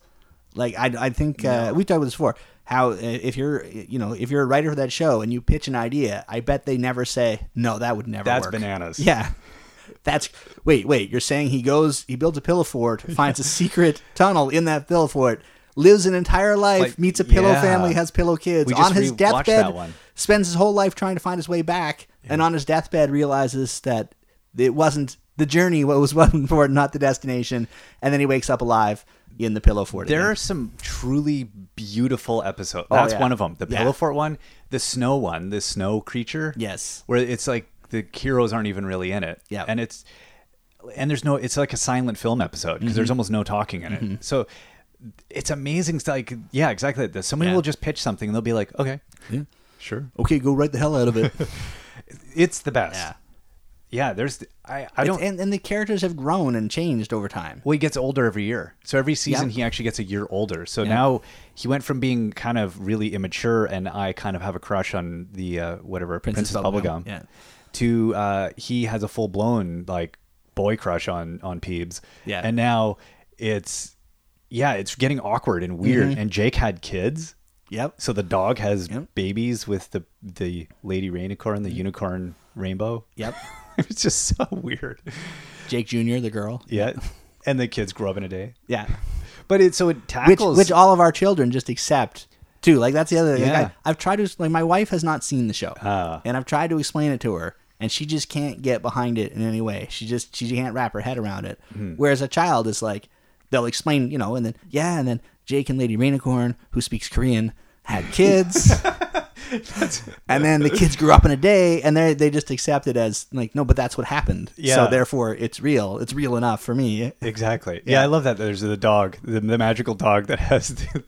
Like I I think uh, we talked about this before. How uh, if you're you know if you're a writer for that show and you pitch an idea, I bet they never say no. That would never.
That's
work."
bananas.
Yeah. That's wait wait. You're saying he goes he builds a pillow fort, finds a secret tunnel in that pillow fort. Lives an entire life,
Like,
meets a pillow
yeah.
family, has pillow kids.
We
on
just
his
rewatched that
deathbed,
one.
spends his whole life trying to find his way back, and on his deathbed realizes that it wasn't the journey what was what important, not the destination. And then he wakes up alive in the pillow fort.
There
again.
are some truly beautiful episodes. That's
Oh, yeah.
one of them. The
Yeah.
Pillow Fort one, the snow one, the snow creature.
Yes.
Where it's like the heroes aren't even really in it.
Yeah.
And it's and there's no it's like a silent film episode because
Mm-hmm.
there's almost no talking in it. So it's amazing it's like yeah, exactly. Like this. Somebody
Yeah.
will just pitch something and they'll be like, "Okay,
Yeah.
sure."
okay, go right the hell out of it.
It's the best.
Yeah.
Yeah, there's I I
It's-
don't
and, and the characters have grown and changed over time.
Well, he gets older every year. So every season
Yeah.
he actually gets a year older. So now he went from being kind of really immature, and I kind of have a crush on the uh, whatever
Princess
Princess,
Bubblegum,
Bubblegum.
yeah.
To uh, he has a full blown like boy crush on on Peebs.
Yeah.
And now it's yeah, it's getting awkward and weird. And Jake had kids.
Yep.
So the dog has
Mm-hmm. Yep. Mm-hmm.
babies with the the lady rainicorn, the unicorn rainbow.
Yep.
it's just so weird.
Jake Jr., the girl.
Yeah. And the kids grow up in a day.
Yeah.
But it so it
Which,
tackles
which all of our children just accept too. Like that's the other thing. Like,
Yeah.
I, I've tried to like my wife has not seen the show,
Ah.
and I've tried to explain it to her, and she just can't get behind it in any way. She just she can't wrap her head around it.
Hmm.
Whereas a child is like they'll explain, you know, and then yeah, and then Jake and Lady Rainicorn, who speaks Korean, had kids. And then the kids grew up in a day, and they they just accept it as like no, but that's what happened.
Yeah.
So therefore, it's real. It's real enough for me.
exactly. Yeah. I love that. There's the dog, the, the magical dog that has the,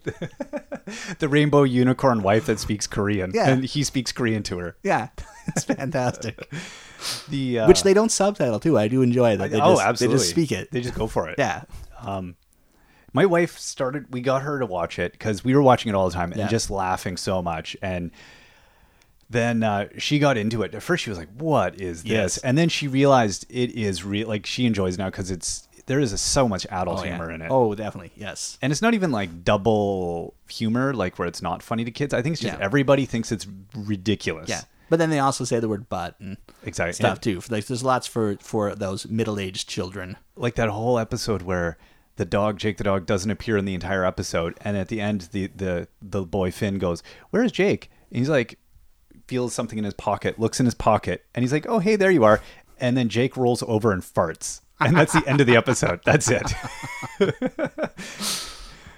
the, rainbow unicorn wife that speaks Korean,
Yeah.
and he speaks Korean to her.
Yeah, it's fantastic.
The uh,
which they don't subtitle too. I do enjoy that. They
oh,
just,
absolutely.
They just speak it.
They just go for it.
yeah,
My wife started. We got her to watch it because we were watching it all the time and
Yeah.
just laughing so much. And then uh, she got into it. At first, she was like, "What is this?"
Yes.
And then she realized it is real. Like she enjoys it now because it's there is so much adult
yeah.
humor in it.
Oh, definitely. Yes.
and it's not even like double humor like where it's not funny to kids i think it's just
Yeah.
everybody thinks it's ridiculous
Yeah. But then they also say the word "but" and
exactly
stuff
And,
too. Like, there's lots for for those middle-aged children.
like that whole episode where the dog jake the dog doesn't appear in the entire episode and at the end the the the boy finn goes where's jake and he's like feels something in his pocket looks in his pocket and he's like oh hey there you are and then jake rolls over and farts and that's the end of the episode that's it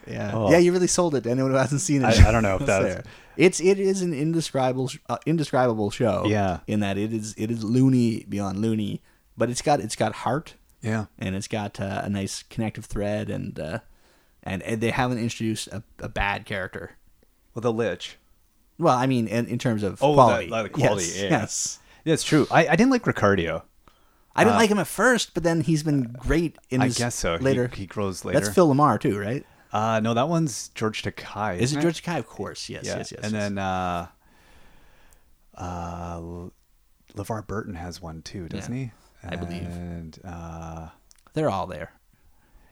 Yeah.
Oh.
Yeah, you really sold it to anyone who hasn't seen it.
I- I don't know if
It's
that's-
there. It's it is an indescribable sh- uh, indescribable show.
Yeah.
In that it is it is loony beyond loony, but it's got it's got heart.
yeah
and it's got uh, a nice connective thread and uh, and, and they haven't introduced a, a bad character.
well the lich
Well, I mean, in, in terms of
Oh, the-
quality,
like the quality,
yes,
yeah.
yes.
that's true i, I didn't like ricardio
I didn't like him at first, but then he's been great in
Uh, I
his
guess so. He-
later.
he grows
That's
later.
Phil Lamar too, right?
uh no that one's george takai
Is
isn't
it George Takei? Of course, yes, yes, yes.
And
yes.
then uh, uh, L- LeVar Burton has one too, doesn't
Yeah,
he?
I believe.
And uh,
they're all there.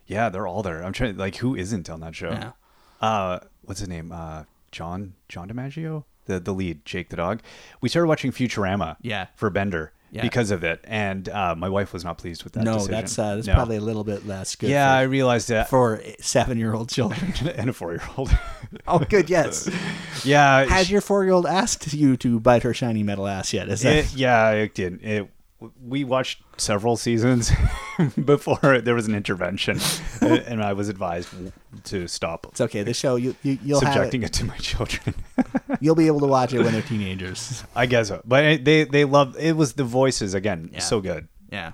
yeah, they're all there. I'm trying like who isn't on that show?
Yeah.
Uh, what's his name? Uh, John John DiMaggio, the the lead, Jake the dog. We started watching Futurama.
Yeah.
For Bender.
Yeah.
Because of it, and uh, my wife was not pleased with that.
no,
decision.
that's uh, that's
No.
probably a little bit less good.
yeah. I realized that.
for, for seven-year-old children.
and a four-year-old.
oh, good. Yes.
yeah,
Has your four-year-old asked you to bite her shiny metal ass yet? Is that
It, yeah, it did. It, we watched several seasons before there was an intervention, and and I was advised to stop
It's okay. The show you, you you'll have
subjecting it. to my children.
it. you'll be able to watch it when they're teenagers.
I guess, so. but it- they they love it. Was the voices again
Yeah.
so good?
Um,
Um,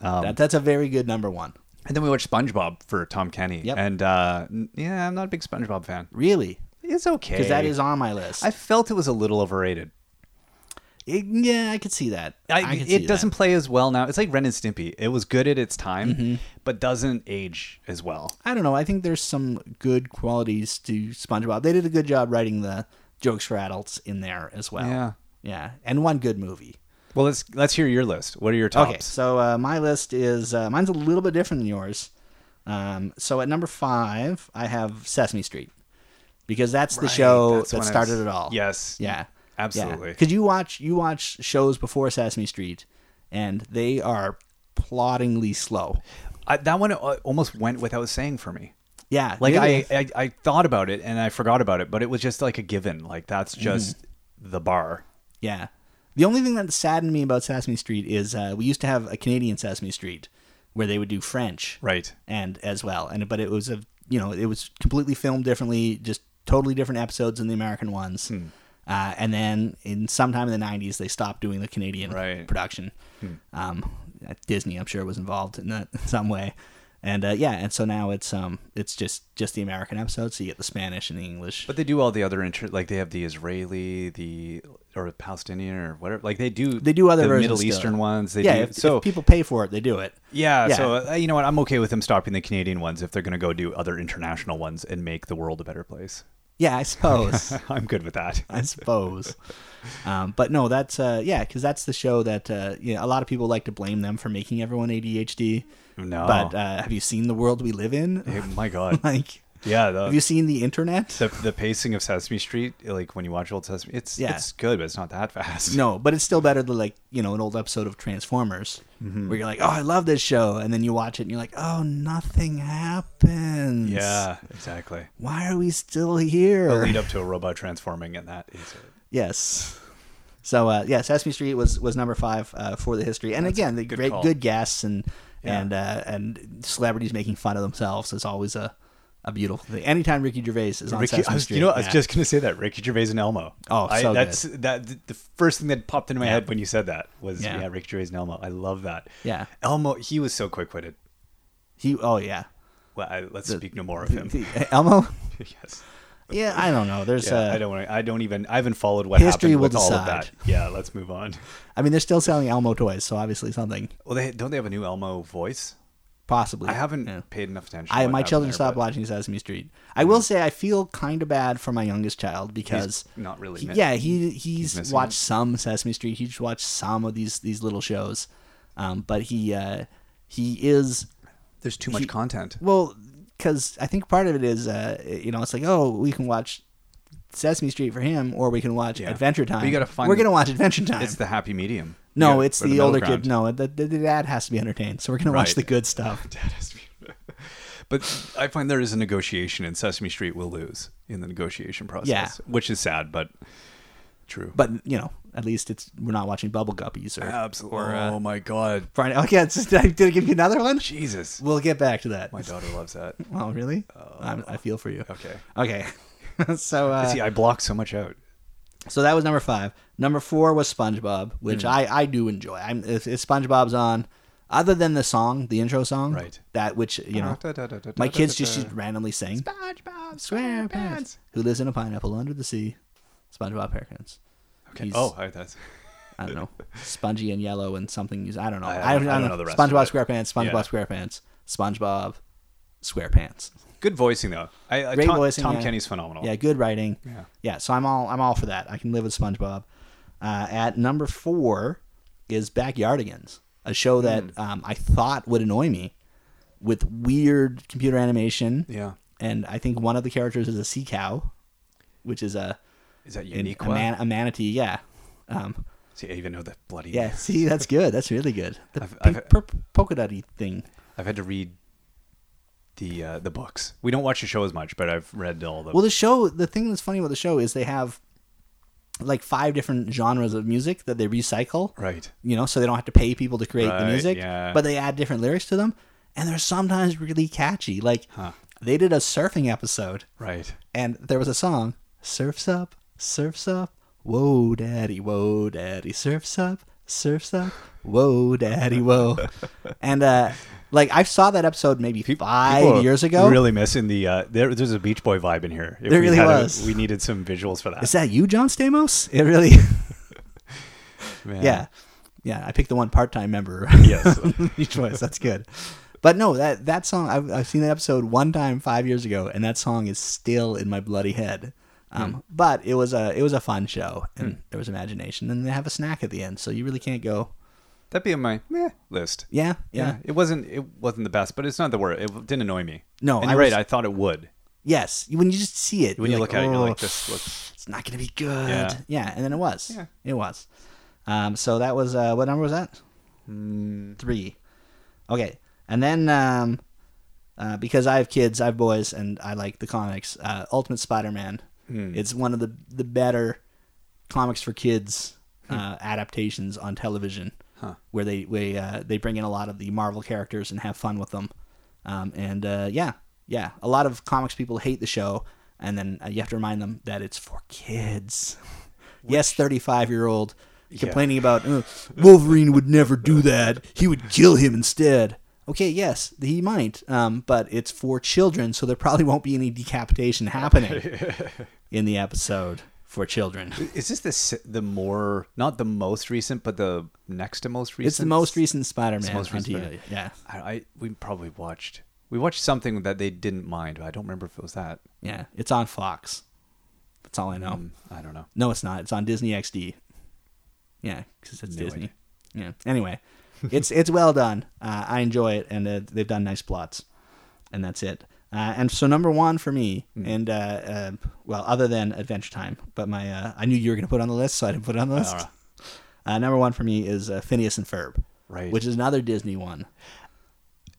Yeah, that, that's a very good number one.
And then we watched SpongeBob for Tom Kenny.
Yep.
And uh, n- yeah, I'm not a big SpongeBob fan.
Really?
It's okay.
Because that is on my list.
I felt it was a little overrated.
It- yeah, I could see that.
I,
I could see
it
that. Mm-hmm.
doesn't play as well now. It's like Ren and Stimpy. It was good at its time, but doesn't age as well.
I don't know. I think there's some good qualities to SpongeBob. They did a good job writing the jokes for adults in there as well.
Yeah.
Yeah. And one good movie.
Well, let's let's hear your list. What are your
Okay.
tops?
So uh, my list is uh, mine's a little bit different than yours. Um, so at number five, I have Sesame Street because that's the
Right,
show
that's
that
when I
started
was-
it all.
Yes.
Yeah.
Absolutely.
Because you watch you watch shows before Sesame Street, and they are ploddingly slow.
I, that one uh, almost went without saying for me.
Yeah.
Like
really.
I, I I thought about it and I forgot about it, but it was just like a given. Like that's just the bar.
Yeah. The only thing that saddened me about Sesame Street is uh, we used to have a Canadian Sesame Street where they would do French.
Right.
And as well, and but it was a you know it was completely filmed differently, just totally different episodes than the American ones.
Hmm.
Uh, and then in sometime in the '90s, they stopped doing the Canadian
Right. Hmm.
production. Um, Disney, I'm sure, was involved in that in some way. And uh, yeah, and so now it's um it's just just the American episodes. So you get the Spanish and the English.
But they do all the other inter- like they have the Israeli, the or Palestinian or whatever. Like they do
they do other
the
versions
Middle
still.
Eastern ones. They
yeah,
do,
if,
so
if people pay for it, they do it.
yeah,
yeah.
so uh, you know what? I'm okay with them stopping the Canadian ones if they're going to go do other international ones and make the world a better place.
Yeah, I suppose.
I'm good with that.
I suppose. Um, but no, that's uh, yeah, because that's the show that uh, you know, a lot of people like to blame them for making everyone ADHD.
No.
But uh, have you seen the world we live in?
Hey, my God.
like,
yeah. The,
have you seen the internet?
the the pacing of Sesame Street, like when you watch old Sesame, it's
Yeah.
it's good, but it's not that fast.
No, but it's still better than like you know an old episode of Transformers
Mm-hmm.
where you're like, oh, I love this show, and then you watch it and you're like, oh, nothing happens.
Yeah, exactly.
Why are we still here?
The lead up to a robot transforming, and that is it.
Yes. So uh, yeah, Sesame Street was was number five uh, for the history, and again, the
good
great
call.
good guests and
Yeah.
and uh, and celebrities making fun of themselves is always a, a beautiful thing. Anytime Ricky Gervais is on
Ricky,
Sesame
I was,
Street,
you know, I was
yeah.
just gonna say that Ricky Gervais and Elmo.
Oh,
I,
so
that's that. th- The first thing that popped into my
Yeah.
head when you said that was
Yeah.
yeah. Ricky Gervais and Elmo. I love that.
Yeah.
Elmo, he was so quick witted.
he oh yeah,
Well, I, let's speak no more of him.
Elmo.
yes.
Yeah, I don't know. There's
Yeah,
uh,
I don't want. I don't even. I haven't followed what
History
happened
will
with all of
decide.
that. Yeah, let's move on.
I mean, they're still selling Elmo toys, so obviously something
Well, they don't they have a new Elmo voice?
possibly.
I haven't
Yeah.
paid enough attention.
I
what
my
happened
children
there,
stopped
but
watching Sesame Street. I will say I feel kind of bad for my youngest child because
not really
he-
mi-
yeah, he he's,
missing
watched
it.
some Sesame Street. He's watched some of these these little shows, um, but he uh, he is
There's too much
he-
content.
well because I think part of it is uh, you know it's like oh we can watch Sesame Street for him or we can watch
Yeah.
Adventure
But
Time.
you gotta find
We're
the-
gonna watch Adventure Time.
It's the happy medium.
no,
Yeah,
it's
or
the, older
middle
kid.
ground.
No, the, the, the dad has to be entertained, so we're gonna watch
Right.
the good stuff.
Dad has to be- but I find there is a negotiation, and Sesame Street will lose in the negotiation process, which is sad, but true.
But you know, at least it's we're not watching Bubble Guppies or
absolutely.
or, uh,
oh my God,
Friday. Oh yeah, it's, did I did I give you another one?
Jesus!
We'll get back to that.
My daughter loves that.
Oh really? I'm, I feel for you.
Okay.
Okay. so uh,
See, I block so much out.
so that was number five. Number four was SpongeBob, which I I do enjoy. I'm if, if SpongeBob's on, other than the song, the intro song,
Right.
That which you know, my kids just, just randomly sing.
SpongeBob
SquarePants, who lives in a pineapple under the sea, SpongeBob Perkins.
Okay.
He's-
Oh, I, that's
I don't know, spongy and yellow and something. I don't know.
I- I
I,
don't- I don't know the rest of
SpongeBob
it.
SquarePants, SpongeBob SquarePants, SpongeBob SquarePants.
good voicing though. I, I
Great
Uh, Tom,
voicing,
Tom
yeah.
Kenny's phenomenal.
Yeah, good writing.
Yeah.
so I'm all I'm all for that. I can live with SpongeBob. Uh, at number four is Backyardigans, a show
Hmm.
that um, I thought would annoy me with weird computer animation.
Yeah.
and I think one of the characters is a sea cow, which is a
Is that
an-
unique?
a, man, a manatee. Yeah. Um,
See, I even know the bloody.
yeah, see, that's good. That's really good. The
I've-
pink
I've-
pur- polka dotty thing.
I've had to read the uh, the books. We don't watch the show as much, but I've read all the.
Well, the show, the thing that's funny about the show is they have like five different genres of music that they recycle.
right.
you know, so they don't have to pay people to create the
Right,
music.
yeah.
But they add different lyrics to them, and they're sometimes really catchy. Like they did a surfing episode,
Right.
and there was a song, "Surfs Up, Surfs Up, Whoa Daddy, Whoa Daddy, Surfs Up, Surfs Up, Whoa Daddy, Whoa," and uh, Like I saw that episode maybe
Peop- people
five
are
years ago.
Really missing the uh, there, there's a Beach Boy vibe in here. If
There really
had a-
was.
we needed some visuals for that.
Is that you, John Stamos? It really,
Man.
yeah, yeah. I picked the one part-time member.
Yes.
Beach Boys. That's good. But no, that that song I've, I've seen that episode one time five years ago, and that song is still in my bloody head.
Hmm.
Um, But it was a it was a fun show, and there was imagination, and they have a snack at the end, so you really can't go.
that'd be on my meh list.
Yeah,
Yeah.
yeah.
it wasn't it wasn't the best, but it's not the worst. It didn't annoy me.
No,
and
I
you're right.
was-
I thought it would.
Yes, when you just see it, "Oh,
When you look at it, you're like, this looks.
it's not going to be good.
Yeah.
and then it was.
Yeah.
It was. Um, so that was, uh, what number was that? Hmm, Three. Okay. And then, um, uh, because I have kids, I have boys, and I like the comics, uh, Ultimate Spider Man. It's one of the, the better comics for kids uh, adaptations on television, where they we, uh, they bring in a lot of the Marvel characters and have fun with them. Um, and uh, yeah, yeah, a lot of comics people hate the show, and then uh, you have to remind them that it's for kids. yes, thirty five year old complaining about "Uh, Wolverine would never do that. He would kill him instead. Okay, yes, he might, um, but it's for children, so there probably won't be any decapitation happening in the episode for children.
Is this the s- the more not the most recent, but the next to most recent?
It's the most recent Spider-Man
most
on
recent
TV. Yeah,
I, I we probably watched we watched something that they didn't mind. But I don't remember if it was that.
yeah, it's on Fox. That's all I know.
Um, I don't know.
No, it's not. It's on Disney XD. Yeah, because it's
No
Disney.
idea.
Yeah. Anyway, it's it's well done. Uh, I enjoy it, and uh, they've done nice plots, and that's it. Uh, and so number one for me,
Hmm.
and uh, uh, well, other than Adventure Time, but my uh, I knew you were going to put it on the list, so I didn't put it on the list.
Alright.
Uh, number one for me is uh, Phineas and Ferb,
Right.
Which is another Disney one.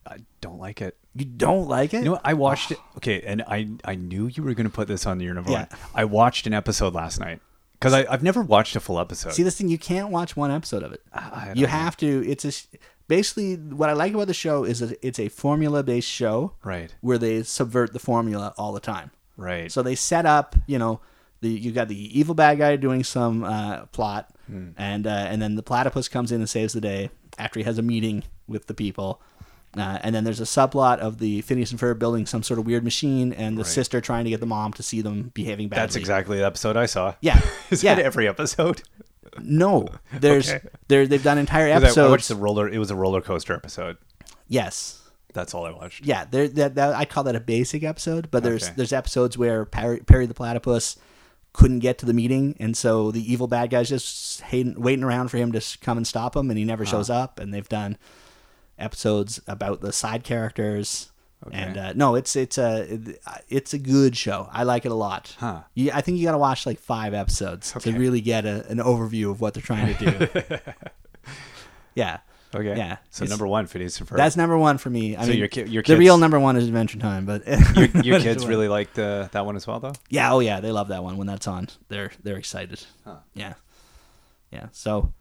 I don't like it.
You don't like it?
You know what? I watched it. Okay, and I I knew you were going to put this on your number
Yeah.
one. I watched an episode last night because I've never watched a full episode.
See this thing, you can't watch one episode of it.
I don't
You
know.
have to. It's a sh- basically what I like about the show is that it's a formula based show,
Right.
Where they subvert the formula all the time,
Right.
So they set up, you know, the you got the evil bad guy doing some uh, plot,
Hmm.
and uh, and then the platypus comes in and saves the day after he has a meeting with the people. Uh, and then there's a subplot of the Phineas and Ferb building some sort of weird machine, and the sister trying to get the mom to see them behaving badly.
That's exactly the episode I saw.
Yeah.
Is
Yeah.
that every episode?
No, there's
Okay.
there they've done entire
'Cause I- I watched
episodes.
the roller. It was a roller coaster episode.
yes,
That's all I watched.
yeah, there that, that I call that a basic episode, but there's
Okay.
there's episodes where Perry, Perry the Platypus couldn't get to the meeting, and so the evil bad guys just hating, waiting around for him to s- come and stop him, and he never shows up. And they've done episodes about the side characters, and uh, no, it's it's a it's a good show. I like it a lot.
Huh.
You, I think you got to watch like five episodes
Okay.
to really get a, an overview of what they're trying to do. yeah.
Okay.
Yeah.
So
It's-
number one, Phineas and Ferb.
That's number one for me. I
So
mean,
your ki- your
the real
kids-
number one is Adventure Time, but
your, your kids really liked uh, that one as well, though.
yeah, oh yeah, they love that one when that's on. They're they're excited. Yeah, yeah. So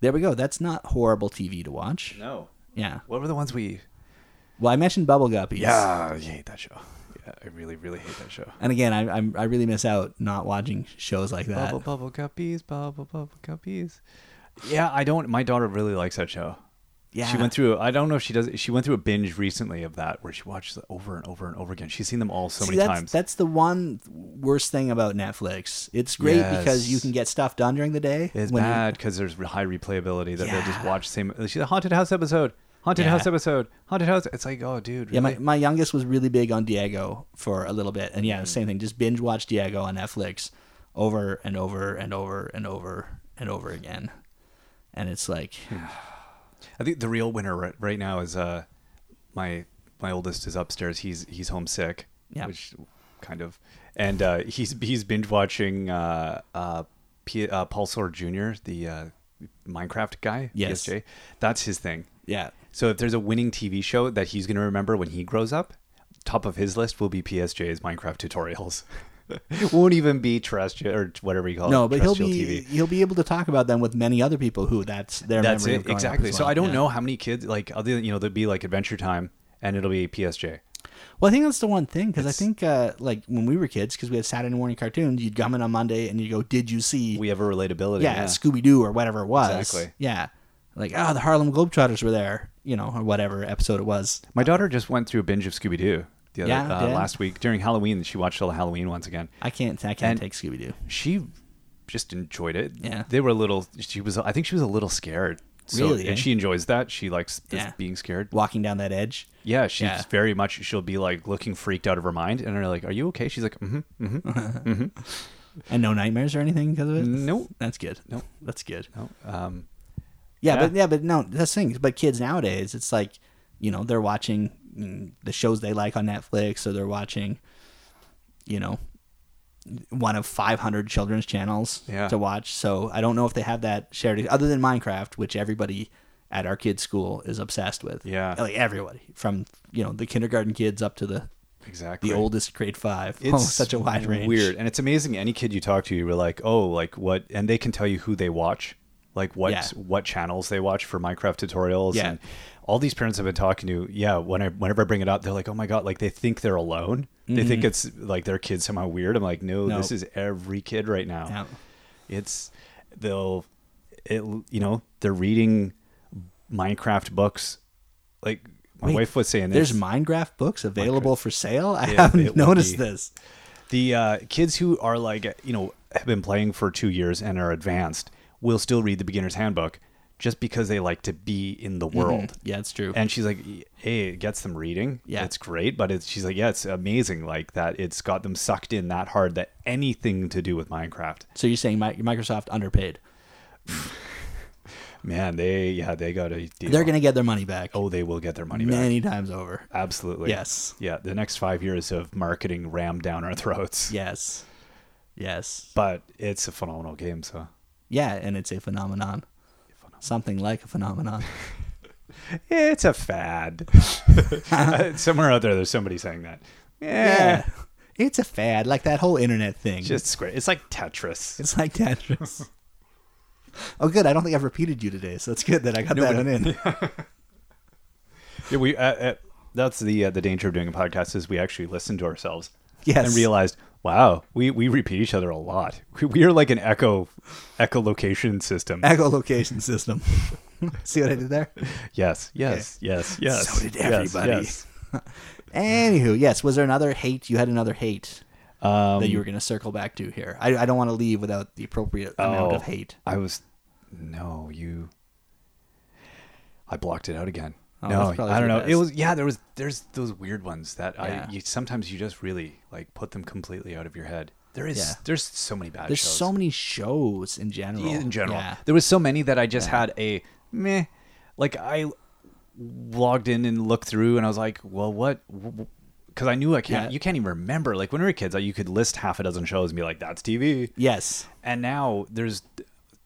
there we go. That's not horrible TV to watch.
No.
Yeah.
What were the ones we?
Well, I mentioned Bubble Guppies.
Yeah, I hate that show. Yeah, I really, really hate that show.
And again, I I'm, I really miss out not watching shows like that.
Bubble bubble guppies, bubble bubble guppies. Yeah, I don't. My daughter really likes that show.
Yeah.
She went through. I don't know if she does. She went through a binge recently of that where she watches it over and over and over again. She's seen them all so
See,
many
that's,
times.
that's the one worst thing about Netflix. It's great because you
Yes.
can get stuff done during the day.
It's
when you-
bad because there's high replayability that they'll just
Yeah.
watch same. She's a haunted house episode, haunted
Yeah.
house episode, haunted house. It's like, oh, dude,
Yeah,
really?
my, my youngest was really big on Diego for a little bit. And
Mm-hmm.
yeah, same thing. Just binge watch Diego on Netflix over and over and over and over and over again. And it's like,
Hmm. I think the real winner right, right now is uh, my my oldest is upstairs. He's he's homesick,
Yeah.
which kind of, and uh, he's he's binge watching uh, uh, P- uh, Pulsar Junior, the uh, Minecraft guy.
Yes.
PSJ. that's his thing.
yeah,
So if there's a winning TV show that he's going to remember when he grows up, top of his list will be PSJ's Minecraft tutorials. Won't even be terrestrial or whatever you call it.
no, but he'll
terrestrial
be
TV.
he'll be able to talk about them with many other people who that's their
That's
memory of
it
growing up
exactly.
as
So
well.
I don't
Yeah.
know how many kids like other than you know there'd be like Adventure Time and it'll be PSJ.
Well, I think that's the one thing because I
It's-
think uh, like when we were kids, because we had Saturday morning cartoons, you'd come in on Monday and you would go, "Did you see?"
We have a relatability.
yeah, Scooby Doo or whatever it was.
Exactly.
Yeah. like oh the Harlem Globetrotters were there, you know, or whatever episode it was.
My daughter just went through a binge of Scooby Doo the other
Yeah,
uh,
yeah.
last week during Halloween. She watched all the Halloween once again.
I can't I
And-
can't take Scooby Doo.
She just enjoyed it.
Yeah.
they were a little. She was. I think she was a little scared. So,
Really,
and
eh?
she enjoys that. She likes this
Yeah.
being scared.
Walking down that edge.
Yeah, she's
Yeah.
very much. She'll be like looking freaked out of her mind, and they're like, "Are you okay?" She's like, "Mm-hmm, mm-hmm,
And no nightmares or anything because of it?
Nope.
That's good.
Nope.
That's good.
no." Um,
Yeah,
Yeah.
but yeah, but no, that's the thing. But kids nowadays, it's like, you know, they're watching mm, the shows they like on Netflix or they're watching, you know, one of 500 children's channels
Yeah.
to watch. So I don't know if they have that shared, other than Minecraft, which everybody at our kids' school is obsessed with.
Yeah.
Like everybody from, you know, the kindergarten kids up to the,
exactly.
the oldest grade five. oh, such a wide range.
Weird, and it's amazing. Any kid you talk to, you were like, "Oh, like what?" And they can tell you who they watch, like what
Yeah.
what channels they watch for Minecraft tutorials.
Yeah.
and all these parents I've been talking to, yeah. When I whenever I bring it up, they're like, "Oh my god!" Like they think they're alone. They think it's like their kid's somehow weird. I'm like, no,
Mm-hmm. No.
this is every kid right now.
Yeah.
It's they'll it you know they're reading Minecraft books. Like my
Wait,
wife was saying,
There's
this.
Minecraft books available for sale. I
Yeah, it
haven't
will
noticed
be.
this.
the uh, kids who are like you know have been playing for two years and are advanced will still read the beginner's handbook just because they like to be in the world
Mm-hmm. Yeah, it's true.
and she's like hey it gets them reading
Yeah.
it's great but it's she's like yeah it's amazing like that it's got them sucked in that hard that anything to do with minecraft
so you're saying Mi- Microsoft underpaid?
man they yeah they got a deal
They're going to get their money back
oh they will get their money back
many times over.
absolutely
Yes.
yeah the next five years of marketing rammed down our throats
Yes, yes,
but it's a phenomenal game so
yeah, and it's a phenomenon. Something like a phenomenon.
It's a fad. Uh, Somewhere out there, there's somebody saying that. Yeah,
yeah, it's a fad, like that whole internet thing.
it's just great. It's like Tetris.
it's like Tetris. oh, good. I don't think I've repeated you today, so it's good that I got that one in.
Yeah, we. Uh, uh, that's the uh, the danger of doing a podcast is we actually listen to ourselves.
Yes.
And realized, wow, we we repeat each other a lot. We, we are like an echo echolocation system.
Echolocation system. See what I did there?
yes, yes, yes, yes.
So did
yes,
everybody.
yes.
Anywho, yes. Was there another hate? You had another hate
Um,
that you were going to circle back to here. I, I don't want to leave without the appropriate amount
oh,
of hate.
I was. No, you. I blocked it out again.
Oh,
no,
that's probably
I don't
for the
know. It
best.
was yeah. There was there's those weird ones that
Yeah.
I you, sometimes you just really like put them completely out of your head. There is
Yeah.
there's so many bad.
There's
shows.
so many shows in general.
in general.
Yeah.
There was so many that I just had a meh. Like I logged in and looked through, and I was like, well, what? Because I knew I can't.
Yeah.
You can't even remember. Like when we were kids, like, you could list half a dozen shows and be like, that's TV.
Yes.
and now there's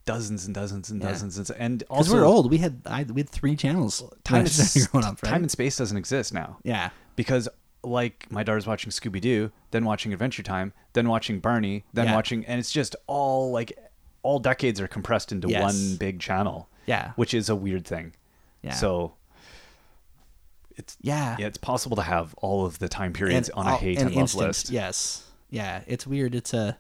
dozens and dozens and
Yeah.
dozens and and
Because
also
we're old. We had I, we had three channels.
Time,
when I
is,
was growing up, right?
time and space doesn't exist now.
yeah.
because like my daughter's watching Scooby Doo, then watching Adventure Time, then watching Barney, then
Yeah.
watching, and it's just all like all decades are compressed into
Yes.
one big channel.
Yeah.
which is a weird thing.
Yeah.
So it's
Yeah.
yeah, it's possible to have all of the time periods on a
all-
hate
and
and, love
instant,
list.
Yes. Yeah. It's weird. It's a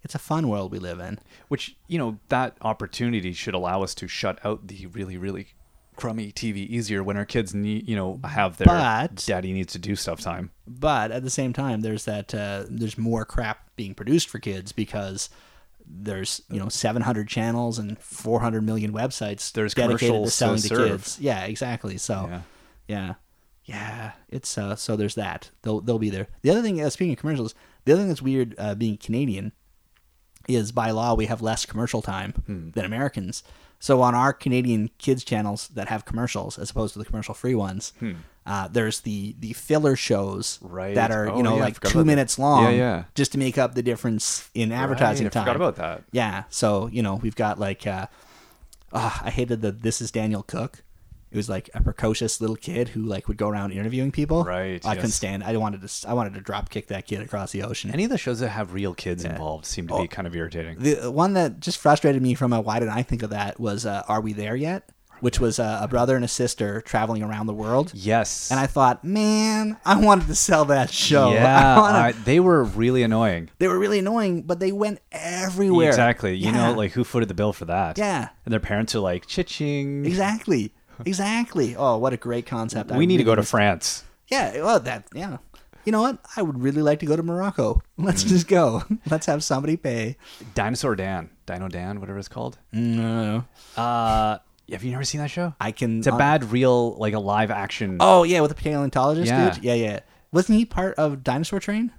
it's a fun world we live in.
which you know that opportunity should allow us to shut out the really really crummy TV easier when our kids need you know have their
But-
daddy needs to do stuff time.
But at the same time, there's that uh, there's more crap being produced for kids because there's you know 700 channels and 400 million websites
There's
dedicated to
commercials to
selling to,
serve.
kids. Yeah, exactly. So
Yeah.
yeah. yeah, it's uh, so there's that. They'll they'll be there. The other thing, uh, speaking of commercials, the other thing that's weird uh, being Canadian is by law we have less commercial time
Hmm.
than Americans. So on our Canadian kids channels that have commercials as opposed to the commercial free ones, uh, there's the the filler shows
Hmm. Right.
that are
Oh,
you know
yeah, I
like
forgot
two
about that.
minutes long,
Yeah, yeah.
just to make up the difference in advertising
Right, I
time.
forgot about that.
Yeah, so you know we've got like, uh, ah, I hated the "This is Daniel Cook." It was like a precocious little kid who like would go around interviewing people.
Right,
I couldn't
yes.
stand. I wanted to. I wanted to drop kick that kid across the ocean.
Any of the shows that have real kids involved seem to be kind of irritating.
The one that just frustrated me from a why didn't I think of that was uh, Are We There Yet? which was uh, a brother and a sister traveling around the world.
Yes.
And I thought, man, I wanted to sell that show. I
yeah,
wanna-
I- they were really annoying.
they were really annoying, but they went everywhere.
Exactly. You know,
Yeah.
like who footed the bill for that?
Yeah.
And their parents are like, chitching.
exactly, exactly. Oh, what a great concept! I
We need to
really
go to
miss-
France.
Yeah, well, that yeah. You know what? I would really like to go to Morocco. Let's
Mm.
just go. Let's have somebody pay.
Dinosaur Dan, Dino Dan, whatever it's called.
No,
Uh, have you never seen that show?
I can.
It's a
uh,
bad real, like a live action.
Oh yeah, with the paleontologist
Yeah.
dude. Yeah, yeah. Wasn't he part of Dinosaur Train?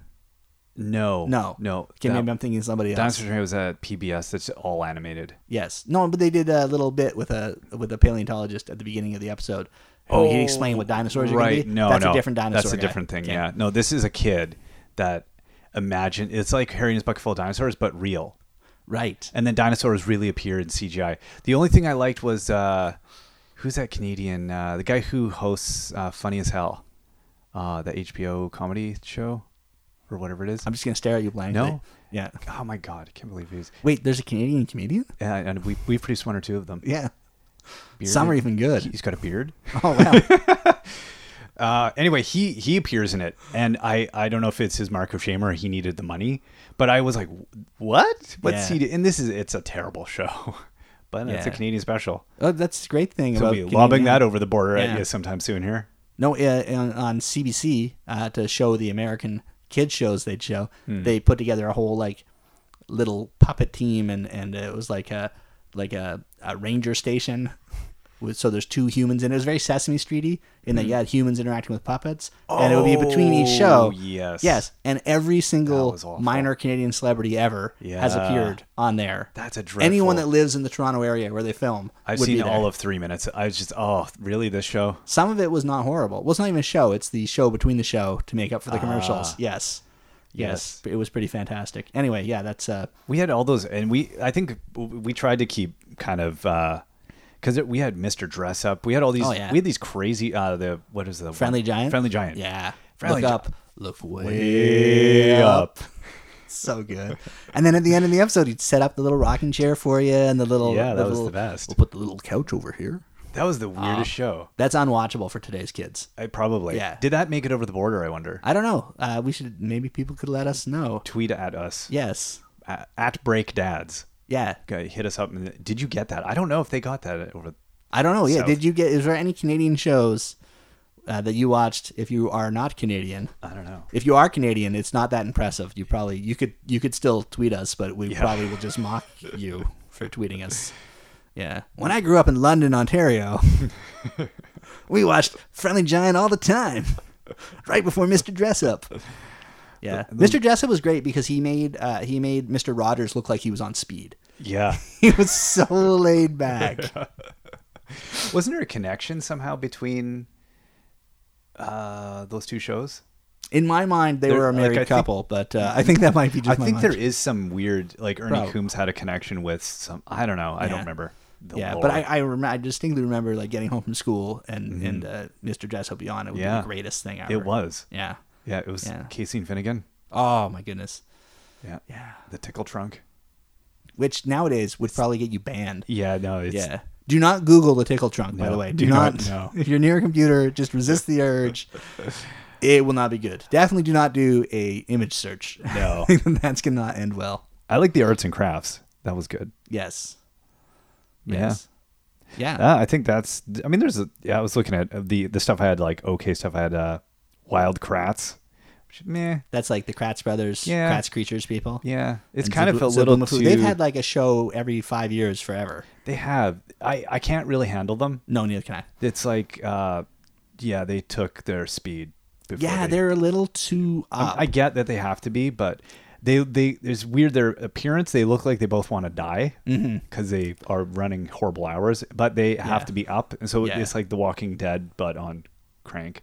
no,
No,
no.
Okay,
that-
maybe I'm thinking of somebody else.
Dinosaur Train was a PBS that's all animated.
Yes. No, but they did a little bit with a with a paleontologist at the beginning of the episode. Oh, he explained what dinosaurs are going to
Right?
be.
No,
that's
no,
a different dinosaur.
That's a
guy.
different thing.
Okay.
Yeah. No, this is a kid that imagine it's like Harry and his bucket full of dinosaurs, but real.
Right.
and then dinosaurs really appear in CGI. The only thing I liked was uh, who's that Canadian? Uh, the guy who hosts uh, Funny as Hell, uh, the HBO comedy show or whatever it is.
I'm just gonna stare at you blankly.
No.
Yeah.
oh my god, I can't believe he's
Wait, there's a Canadian comedian.
and, and we we produced one or two of them.
Yeah.
Bearded.
Some are even good.
He's got a beard.
Oh wow.
Uh, anyway, he he appears in it, and I I don't know if it's his mark of shame or he needed the money, but I was like, what? What's
Yeah.
he? Do? And this is it's a terrible show, but it's a
Yeah.
Canadian special.
oh, that's the great thing
So
about
we'll be lobbing
Canadian-
that over the border
Yeah.
at you sometime soon here.
No, uh, on, on CBC uh, to show the American kids shows they'd show.
Hmm.
They put together a whole like little puppet team, and and it was like a like a, a ranger station. With, so there's two humans, and it was very Sesame Streety in
Hmm.
that you had humans interacting with puppets, and it would be between each
Oh,
show.
yes.
yes, and every
That
single
was awful.
minor Canadian celebrity ever has
Yeah.
appeared on there.
That's a dreadful.
Anyone that lives in the Toronto area where they film,
I've
would be
seen
there.
all of three minutes. I was just, oh, really? This show?
Some of it was not horrible. Well, it's not even a show. It's the show between the show to make up for the
Ah.
commercials. Yes. yes. It was pretty fantastic. Anyway, yeah, that's uh
We had all those, and we, I think we tried to keep kind of, because we had Mr. Dress Up. We had all these,
Oh, yeah.
we had these crazy, uh, the, what is the
Friendly Giant.
Friendly Giant.
Yeah.
Friendly
look up. Look way, up. So good. And then at the end of the episode, he'd set up the little rocking chair for you and the little
Yeah, that
the
was the
little-
best.
We'll put the little couch over here.
That was the weirdest show.
That's unwatchable for today's kids.
I probably.
Yeah.
Did that make it over the border? I wonder.
I don't know. Uh, we should maybe people could let us know.
Tweet at us
Yes.
at, at Break Dads.
Yeah.
Okay, hit us up. And, did you get that? I don't know if they got that over.
I don't know. Yeah,
South.
did you get? Is there any Canadian shows uh, that you watched? If you are not Canadian,
I don't know.
if you are Canadian, it's not that impressive. You probably you could you could still tweet us, but we
Yeah.
probably will just mock you for tweeting us. Yeah. When I grew up in London, Ontario, we watched Friendly Giant all the time, right before Mr. Dress Up. Yeah, Mr. Dress Up was great because he made uh, he made Mr. Rogers look like he was on speed.
Yeah.
He was so laid back.
Wasn't there a connection somehow between uh, those two shows?
In my mind, they
There-
were a
like,
married
I think-
couple, but uh, I think that might be
I
just. my
think there
mind.
is some weird, like Ernie
Probably.
Coombs had a connection with some. I don't know. I
Yeah.
don't remember. the
Yeah,
lore.
but I I, rem- I distinctly remember like getting home from school and and uh, Mr. Jess will be on. It would be
Mm-hmm. Yeah.
the greatest thing ever.
it was.
Yeah.
Yeah, it was
Yeah.
Casey and Finnegan.
Oh my goodness.
Yeah.
Yeah.
the tickle trunk.
Which nowadays would probably get you banned.
Yeah, no, it's
yeah. Do not Google the tickle trunk. by
No,
the way,
do not, no.
If you're near a computer, just resist the urge. it will not be good. Definitely do not do a image search.
no.
That's gonna end well.
I like the arts and crafts. That was good.
Yes.
Yeah.
Yes. Yeah.
Uh, I think that's. I mean, there's a. Yeah, I was looking at uh, the the stuff I had like okay stuff. I had uh, wild crats. Which, meh.
That's like the Kratz brothers,
Yeah.
Kratz creatures people.
Yeah, it's
And
kind
Zub-
of a little
Zublimofu.
too.
They've had like a show every five years forever.
They have. I, I can't really handle them.
No, neither can I.
It's like, uh, yeah, they took their speed. Before
Yeah,
they,
they, are a little too up.
I get that they have to be, but they they it's weird their appearance. They look like they both want to die because they are running horrible hours, but they have
Mm-hmm. Yeah.
to be up, and so
Yeah.
it's like The Walking Dead, but on crank.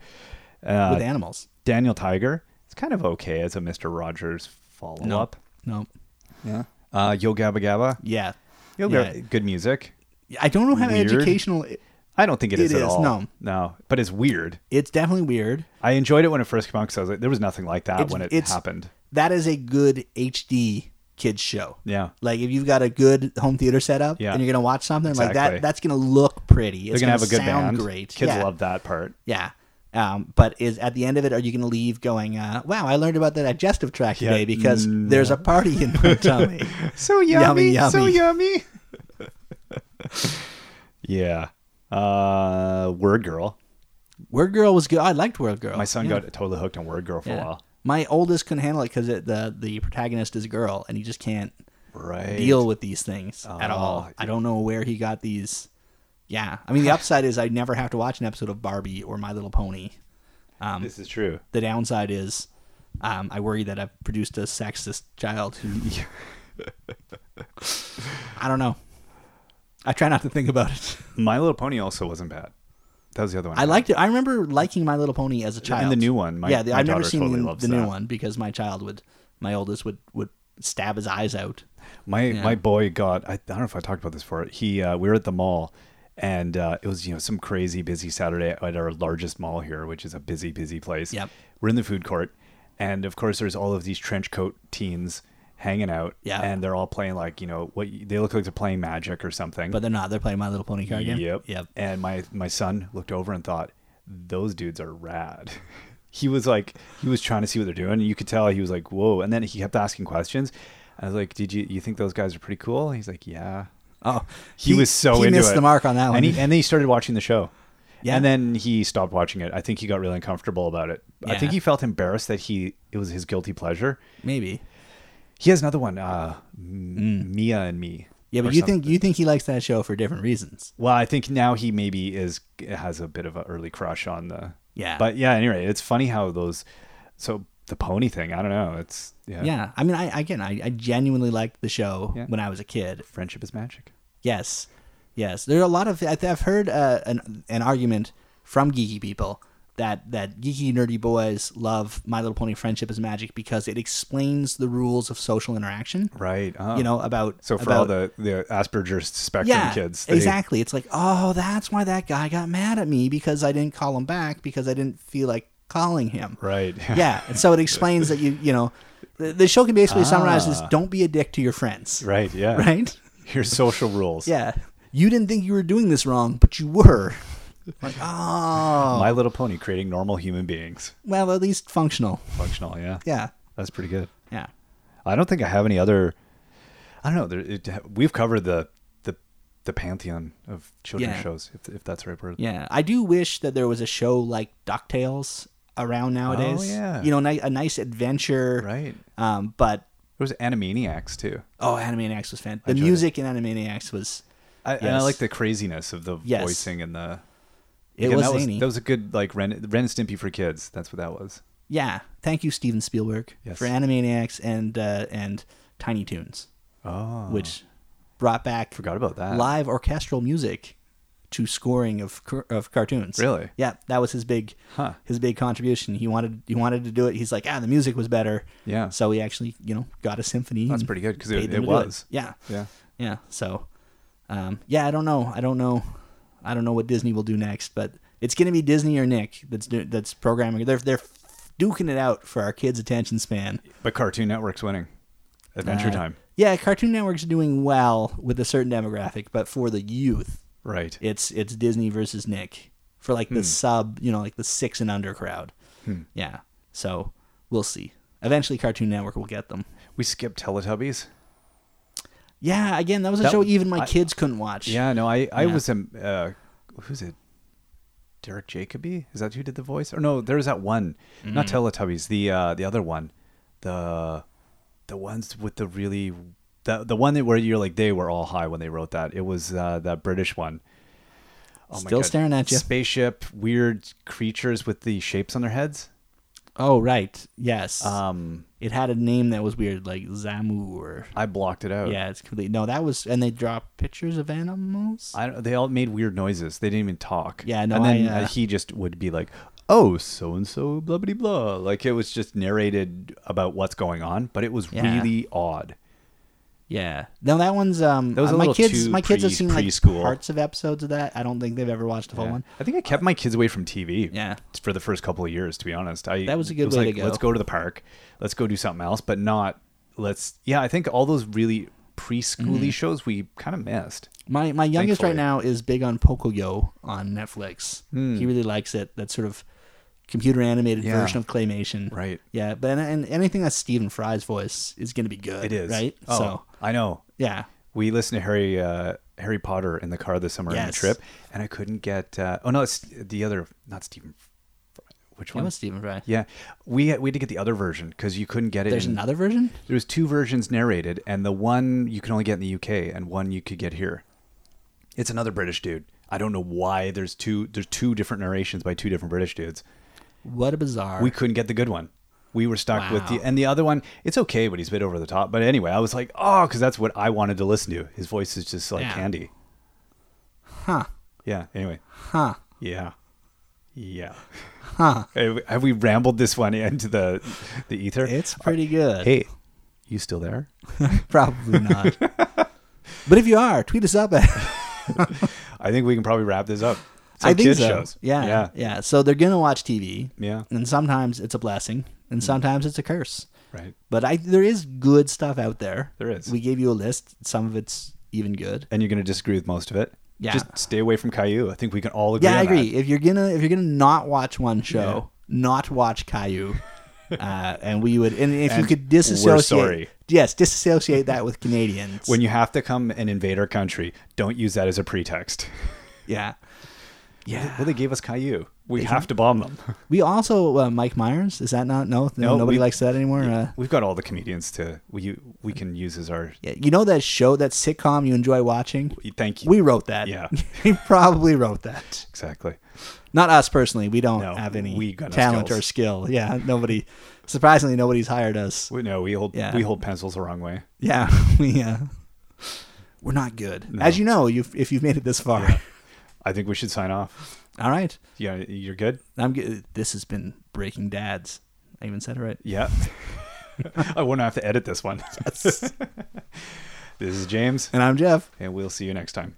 Uh,
with animals.
Daniel Tiger, it's kind of okay as a Mister Rogers follow up.
No.
Yeah. Uh, Yo Gabba Gabba.
Yeah.
Yo
Yeah.
Gabba- good music.
I don't know how
Weird.
educational.
I don't think it
It
is at
is,
all.
no.
no, but it's weird.
It's definitely weird.
I enjoyed it when it first came out because I was like, there was nothing like that
It's-
when it
it's-
happened.
That is a good HD kids show.
Yeah.
Like if you've got a good home theater setup
Yeah.
and you're gonna watch something like
Exactly.
that, that's gonna look pretty.
They're
It's
gonna have a good band.
sound Great,
Kids
yeah.
love that part.
Yeah. Um, but is at the end of it, are you going to leave going, uh, wow, I learned about the digestive tract
Yeah, Mm.
today because there's a party in my tummy.
So
Yummy, yummy, so
yummy. yeah. Uh, Word Girl.
Word Girl was good. I liked Word Girl.
My son
Yeah.
got totally hooked on Word Girl for
Yeah.
a while.
My oldest couldn't handle it because the, the protagonist is a girl and he just can't
Right.
deal with these things at all.
Oh,
I don't know where he got these. Yeah. I mean, the upside is I never have to watch an episode of Barbie or My Little Pony.
This is true.
The downside is um, I worry that I've produced a sexist child who. I don't know. I try not to think about it.
My Little Pony also wasn't bad. That was the other one.
I liked it. I remember liking My Little Pony as a child.
the new one, my-
yeah, the,
my
I've never
daughter
seen
totally
the,
loves
the new
that.
one because my child would, my oldest would would stab his eyes out.
My my boy got. I, I don't know if I talked about this before. He uh, we were at the mall, and uh, it was you know some crazy busy Saturday at our largest mall here, which is a busy busy place.
Yep.
We're in the food court, and of course there's all of these trench coat teens hanging out.
Yeah.
And they're all playing like you know what they look like they're playing magic or something.
But they're not. They're playing My Little Pony card game.
Yep.
Yep.
And my my son looked over and thought, those dudes are rad. he was like, he was trying to see what they're doing. And you could tell he was like, whoa. And then he kept asking questions. I was like, did you you think those guys are pretty cool? He's like, yeah.
Oh,
He, was so
he
into
missed
it.
the mark on that one.
And, he, and then he started watching the show.
Yeah.
And then he stopped watching it. I think he got really uncomfortable about it. I
Yeah.
think he felt embarrassed that he it was his guilty pleasure.
Maybe.
He has another one, uh, M- Mia and Me.
Mm. Yeah,
or
but you
something.
think you think he likes that show for different reasons.
Well, I think now he maybe is has a bit of an early crush on the.
Yeah.
But yeah, anyway, it's funny how those. So the pony thing, I don't know. It's yeah.
Yeah, I mean, I again, I, I genuinely liked the show
Yeah.
when I was a kid.
Friendship is magic.
Yes, yes. There are a lot of I th- I've heard uh, an an argument from geeky people that that geeky nerdy boys love My Little Pony: Friendship is Magic because it explains the rules of social interaction.
Right. Oh.
You know about
So for
about,
all the the Asperger's spectrum
yeah,
kids, they-
exactly. It's like, oh, that's why that guy got mad at me because I didn't call him back because I didn't feel like calling him.
Right.
yeah, and so it explains that you you know, the, the show can basically summarize as don't be a dick to your friends.
Ah. Right. Yeah.
Right?
Your social rules.
Yeah. You didn't think you were doing this wrong, but you were. Like, oh,
My Little Pony creating normal human beings,
well, at least functional.
functional. Yeah.
Yeah.
That's pretty good.
Yeah.
I don't think I have any other. I don't know. There, it, we've covered the the the pantheon of children's
Yeah.
shows, if if that's the right word.
Yeah. I do wish that there was a show like DuckTales around nowadays.
yeah.
You know, ni- a nice adventure.
Right.
Um, but,
There was Animaniacs too.
oh, Animaniacs was fan. The
enjoyed it.
music in Animaniacs was,
I, And I
Yes.
like the craziness of the
Yes.
voicing and the.
it
Again,
was
that
zany.
was that was a good like Ren, Ren and Stimpy for kids. That's what that was.
yeah. Thank you, Steven Spielberg,
Yes.
for Animaniacs and, uh, and Tiny Toons,
Oh,
which brought back
forgot about that.
live orchestral music to scoring of car- of cartoons.
Really?
Yeah, that was his big
Huh.
his big contribution. He wanted he wanted to do it. He's like, ah, the music was better.
Yeah.
So he actually you know got a symphony.
That's
and
pretty good, 'cause
paid
it-
them
it
to do
was.
Yeah.
Yeah,
Yeah. So, um, yeah, I don't know. I don't know. I don't know what Disney will do next, but it's gonna be Disney or Nick that's do- that's programming. They're they're duking it out for our kids' attention span.
but Cartoon Network's winning. Adventure
Uh,
Time.
Yeah, Cartoon Network's doing well with a certain demographic, but for the youth,
Right.
it's it's Disney versus Nick for like
Hmm.
the sub, you know, like the six and under crowd. Yeah. So we'll see. Eventually, Cartoon Network will get them.
we skipped Teletubbies.
Yeah. Again, that was a
That-
show even my
I-
kids couldn't watch.
Yeah. No, I I
Yeah.
was um uh, who's it? Derek Jacobi is that who did the voice? Or no, there's that one, not
Mm.
Teletubbies. The uh the other one, the the ones with the really the the one that where you're like they were all high when they wrote that. It was uh that British one. Oh
Still staring at ya.
Spaceship, weird creatures with the shapes on their heads.
Oh right. Yes.
Um,
it had a name that was weird, like Zamu or.
I blocked it out.
Yeah, it's complete. No, that was, and they draw pictures of animals.
I don't, they all made weird noises. They didn't even talk.
Yeah, no,
And then
I, uh,
uh, he just would be like, "Oh, so and so, blah blah blah." Like it was just narrated about what's going on, but it was
Yeah.
really odd.
yeah, no, that one's um.
That was a
my
little
kids,
too
my kids have
pre-
seen like
preschool.
parts of episodes of that. I don't think they've ever watched the full
Yeah.
one.
I think I kept my kids away from TV.
Yeah.
For the first couple of years, to be honest, I
That was a good
it
way to
like,
go.
Let's go to the park. Let's go do something else,
Mm-hmm.
but not let's. Yeah, I think all those really preschooly shows we kind of missed.
My my youngest
Thankfully.
right now is big on Pocoyo on Netflix.
Hmm.
He really likes it. That sort of computer animated
Yeah.
version of claymation.
Right.
Yeah, but and, and anything that's Stephen Fry's voice is going to be good.
It is
right.
Oh,
So
I know.
yeah,
We listened to Harry uh, Harry Potter in the car this summer on the
Yes.
trip, and I couldn't get. Uh, oh no, it's the other, not Stephen. Fry. Which
that
one?
was Stephen Fry.
yeah, we had, we had to get the other version because you couldn't get it.
There's
in-
another version.
There was two versions narrated, and the one you can only get in the UK, and one you could get here. It's another British dude. I don't know why there's two. There's two different narrations by two different British dudes.
What a bizarre.
We couldn't get the good one. We were stuck with the
Wow.
and the other one. It's okay, but he's a bit over the top. But anyway, I was like, oh, because that's what I wanted to listen to. His voice is just like
Yeah.
candy.
huh?
Yeah. Anyway.
Huh?
Yeah. Yeah.
Huh?
Have have we rambled this one into the the ether?
It's pretty good.
Hey, you still there?
Probably not. but if you are, tweet us up at.
I think we can probably wrap this up. It's
I
like
think
kids
so.
shows.
Yeah,
Yeah.
yeah, yeah. So they're gonna watch TV.
Yeah. Mm-hmm.
And sometimes it's a blessing, and sometimes it's a curse.
Right.
But I there is good stuff out there.
There is.
We gave you a list. Some of it's even good.
And you're going to disagree with most of it.
Yeah.
Just stay away from Caillou. I think we can all agree.
Yeah, I
on that.
agree. If you're gonna if you're gonna not watch one show, not watch Caillou. Uh, and we would, and if you
And
could
we're
disassociate,
sorry.
yes, disassociate that with Canadians.
When you have to come and invade our country, don't use that as a pretext.
yeah, yeah.
Well, they gave us Caillou. We have to bomb them.
We also uh, Mike Myers. Is that not no? no
No,
nobody
we-
likes that anymore. Uh,
We've got all the comedians to we we can use as our.
yeah, you know that show, that sitcom you enjoy watching.
Thank you.
We wrote that.
Yeah.
we probably wrote that.
exactly.
Not us personally. We don't
No,
have any
we got no
talent
skills.
or skill. Yeah. Nobody. Surprisingly, nobody's hired us.
We, no, we hold
Yeah.
we hold pencils the wrong way.
Yeah. We. Uh, we're not good.
No.
As you know, you've, if you've made it this far.
I think we should sign off.
All right.
Yeah, you're good.
I'm. g- This has been breaking dads. I even said it right.
Yeah. I won't have to edit this one.
Yes.
This is James,
and I'm Jeff.
and we'll see you next time.